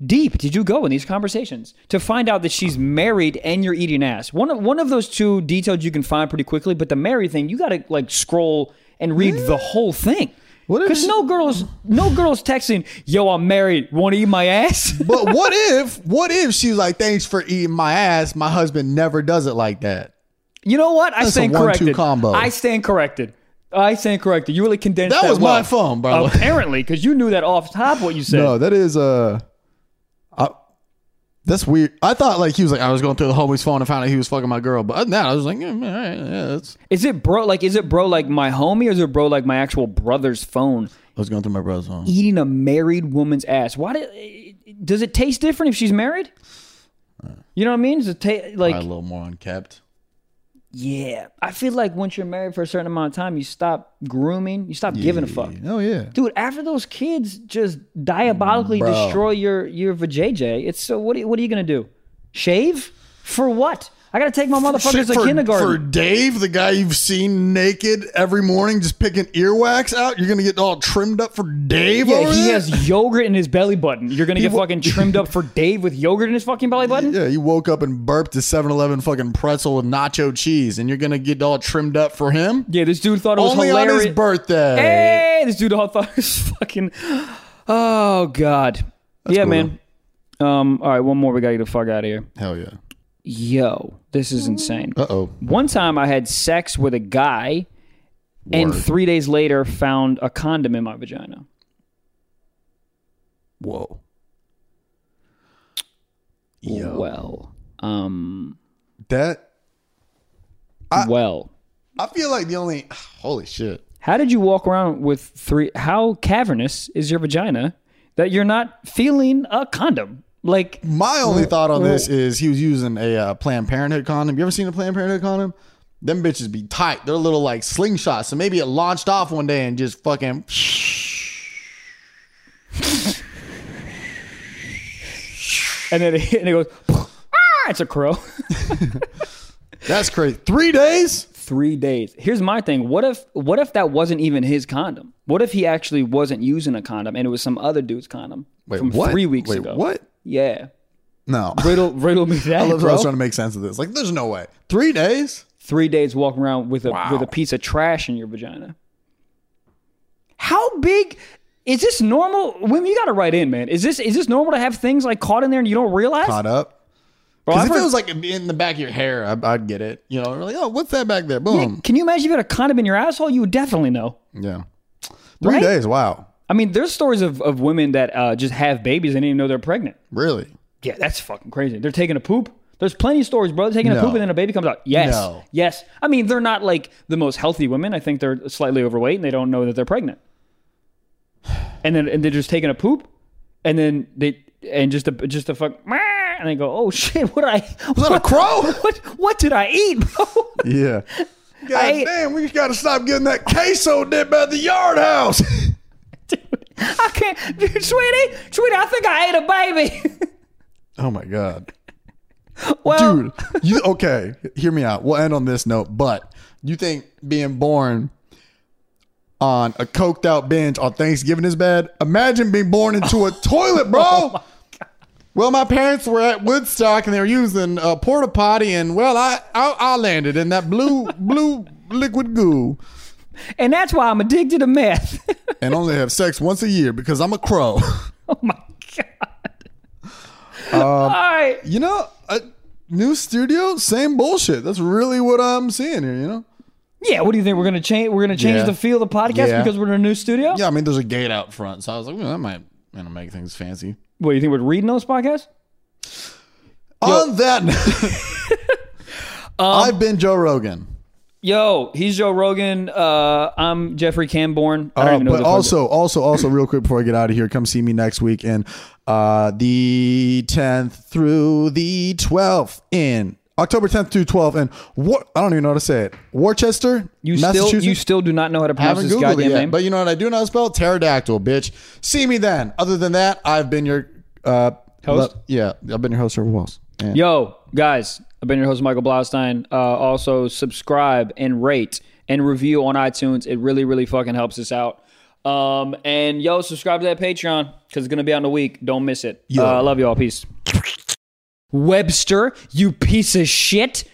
[SPEAKER 2] deep did you go in these conversations to find out that she's married and you're eating ass? One of one of those two details you can find pretty quickly, but the married thing you got to like scroll and read the whole thing.
[SPEAKER 1] What if
[SPEAKER 2] Because
[SPEAKER 1] she-
[SPEAKER 2] no girls, no girls texting, "Yo, I'm married. Want to eat my ass?"
[SPEAKER 1] But what if, what if she's like, thanks for eating my ass. My husband never does it like that.
[SPEAKER 2] you know what? I
[SPEAKER 1] That's a
[SPEAKER 2] stand
[SPEAKER 1] one-two
[SPEAKER 2] corrected.
[SPEAKER 1] combo.
[SPEAKER 2] I stand corrected. I stand corrected. You really condensed
[SPEAKER 1] That
[SPEAKER 2] that.
[SPEAKER 1] was
[SPEAKER 2] well.
[SPEAKER 1] my phone, bro.
[SPEAKER 2] Apparently, because you knew that off top what you said.
[SPEAKER 1] No, that is uh, I, that's weird. I thought like he was like I was going through the homie's phone and found out he was fucking my girl. But other than that, I was like, yeah, man, all right, yeah, that's.
[SPEAKER 2] Is it bro? Like, is it bro like my homie, or is it bro like my actual brother's phone?
[SPEAKER 1] I was going through my brother's phone.
[SPEAKER 2] eating a married woman's ass. Why do, does it taste different if she's married? You know what I mean? Does it ta-
[SPEAKER 1] a
[SPEAKER 2] like
[SPEAKER 1] little more unkept.
[SPEAKER 2] yeah, I feel like once you're married for a certain amount of time, you stop grooming, you stop giving a fuck.
[SPEAKER 1] Oh yeah.
[SPEAKER 2] Dude, after those kids just diabolically
[SPEAKER 1] Bro.
[SPEAKER 2] destroy your your vajayjay, it's so what are, you- what are you gonna do? Shave for what? I gotta take my motherfuckers to
[SPEAKER 1] for, for
[SPEAKER 2] kindergarten.
[SPEAKER 1] Dave, the guy you've seen naked every morning, just picking earwax out, you're gonna get all trimmed up for Dave.
[SPEAKER 2] yeah,
[SPEAKER 1] over
[SPEAKER 2] he
[SPEAKER 1] there?
[SPEAKER 2] has yogurt in his belly button. You're gonna get fucking trimmed up for Dave with yogurt in his fucking belly button.
[SPEAKER 1] Yeah, you woke up and burped a 7-Eleven fucking pretzel with nacho cheese, and you're gonna get all trimmed up for him.
[SPEAKER 2] Yeah, this dude thought it was
[SPEAKER 1] Only
[SPEAKER 2] hilarious.
[SPEAKER 1] on his birthday.
[SPEAKER 2] Hey, this dude all thought it was fucking. Oh God. yeah,
[SPEAKER 1] cool,
[SPEAKER 2] man. Um. All right, one more. We gotta get the fuck out of here.
[SPEAKER 1] Hell yeah.
[SPEAKER 2] Yo, this is insane.
[SPEAKER 1] Uh oh.
[SPEAKER 2] One time I had sex with a guy, and
[SPEAKER 1] Word.
[SPEAKER 2] three days later found a condom in my vagina.
[SPEAKER 1] Whoa. Yo,
[SPEAKER 2] Well, um,
[SPEAKER 1] that
[SPEAKER 2] well.
[SPEAKER 1] I feel like the only holy shit.
[SPEAKER 2] How did you walk around with three? How cavernous is your vagina that you're not feeling a condom? Like,
[SPEAKER 1] My only thought on this is he was using a uh, Planned Parenthood condom. You ever seen a Planned Parenthood condom? Them bitches be tight. They're little like slingshots. So maybe it launched off one day and just fucking.
[SPEAKER 2] and then it, and it goes. Ah, it's a crow.
[SPEAKER 1] That's crazy. Three days.
[SPEAKER 2] three days. Here's my thing. What if what if that wasn't even his condom? What if he actually wasn't using a condom and it was some other dude's condom from three weeks
[SPEAKER 1] Wait,
[SPEAKER 2] ago?
[SPEAKER 1] What?
[SPEAKER 2] Yeah.
[SPEAKER 1] No.
[SPEAKER 2] Riddle riddle me that,
[SPEAKER 1] I love how I
[SPEAKER 2] bro.
[SPEAKER 1] was trying to make sense of this. Like, there's no way. Three days.
[SPEAKER 2] Three days walking around with a
[SPEAKER 1] Wow.
[SPEAKER 2] with a piece of trash in your vagina. How big is this normal? Women, you got to write in, man. Is this is this normal to have things like caught in there and you don't realize?
[SPEAKER 1] Caught up.
[SPEAKER 2] Bro,
[SPEAKER 1] Because if
[SPEAKER 2] I've
[SPEAKER 1] it
[SPEAKER 2] heard-
[SPEAKER 1] was like in the back of your hair, I, I'd get it. You know, really. Oh, what's that back there? Boom.
[SPEAKER 2] can you imagine if you had a condom in your asshole? You would definitely know.
[SPEAKER 1] Yeah. Three
[SPEAKER 2] Right?
[SPEAKER 1] days. Wow.
[SPEAKER 2] I mean, there's stories of, of women that uh, just have babies and didn't even know they're pregnant.
[SPEAKER 1] Really?
[SPEAKER 2] Yeah, that's fucking crazy. They're taking a poop. There's plenty of stories, bro. They're taking a
[SPEAKER 1] No.
[SPEAKER 2] poop and then a baby comes out. Yes.
[SPEAKER 1] No.
[SPEAKER 2] Yes. I mean, they're not like the most healthy women. I think they're slightly overweight and they don't know that they're pregnant. And then and they're just taking a poop and then they and just a just a fuck "Meh," and they go, "Oh shit, what did I
[SPEAKER 1] Was that a crow?
[SPEAKER 2] what what did I eat, bro?"
[SPEAKER 1] Yeah. God
[SPEAKER 2] I-
[SPEAKER 1] damn, we just gotta stop getting that queso dip at the yard house.
[SPEAKER 2] I can't, dude, sweetie, sweetie. I think I ate a baby.
[SPEAKER 1] oh my god.
[SPEAKER 2] well,
[SPEAKER 1] Dude, you okay, hear me out. We'll end on this note, but you think being born on a coked out binge on Thanksgiving is bad? Imagine being born into a toilet, bro. Well, my parents were at Woodstock and they were using a porta potty, and well, I I, I landed in that blue blue liquid goo,
[SPEAKER 2] and that's why I'm addicted to meth.
[SPEAKER 1] and only have sex once a year because I'm a crow.
[SPEAKER 2] oh my god.
[SPEAKER 1] Um,
[SPEAKER 2] All right.
[SPEAKER 1] you know, a new studio, same bullshit. That's really what I'm seeing here. You know?
[SPEAKER 2] Yeah, what do you think? We're gonna change. We're gonna change
[SPEAKER 1] Yeah.
[SPEAKER 2] the feel of the podcast
[SPEAKER 1] Yeah.
[SPEAKER 2] because we're in a new studio.
[SPEAKER 1] Yeah, I mean, there's a gate out front, so I was like, well, that might you know, make things fancy.
[SPEAKER 2] What do you think? We're reading those podcasts.
[SPEAKER 1] On that, note, I've been Joe Rogan.
[SPEAKER 2] Yo, he's Joe Rogan. Uh, I'm Jeffrey Camborn. I don't
[SPEAKER 1] Uh,
[SPEAKER 2] even know. who
[SPEAKER 1] but
[SPEAKER 2] the fuck-
[SPEAKER 1] also, also, also, real quick before I get out of here, come see me next week in uh, the 10th through the 12th in October 10th through 12th in what I don't even know how to say it. Worcester,
[SPEAKER 2] you still
[SPEAKER 1] Massachusetts.
[SPEAKER 2] you still do not know how to
[SPEAKER 1] I
[SPEAKER 2] pronounce
[SPEAKER 1] haven't
[SPEAKER 2] this
[SPEAKER 1] googled it
[SPEAKER 2] goddamn
[SPEAKER 1] yet,
[SPEAKER 2] name.
[SPEAKER 1] but you know what I do know how to spell? Pterodactyl, bitch. See me then. Other than that, I've been your uh,
[SPEAKER 2] Host?
[SPEAKER 1] le- yeah, I've been your host, Trevor Walls. And
[SPEAKER 2] Yo, guys, I've been your host, Michael Blaustein. Uh, also, subscribe and rate and review on iTunes. It really, really fucking helps us out. Um, and yo, subscribe to that Patreon because it's going to be out in a week. Don't miss it. Uh, I love you all. Peace. Webster, you piece of shit.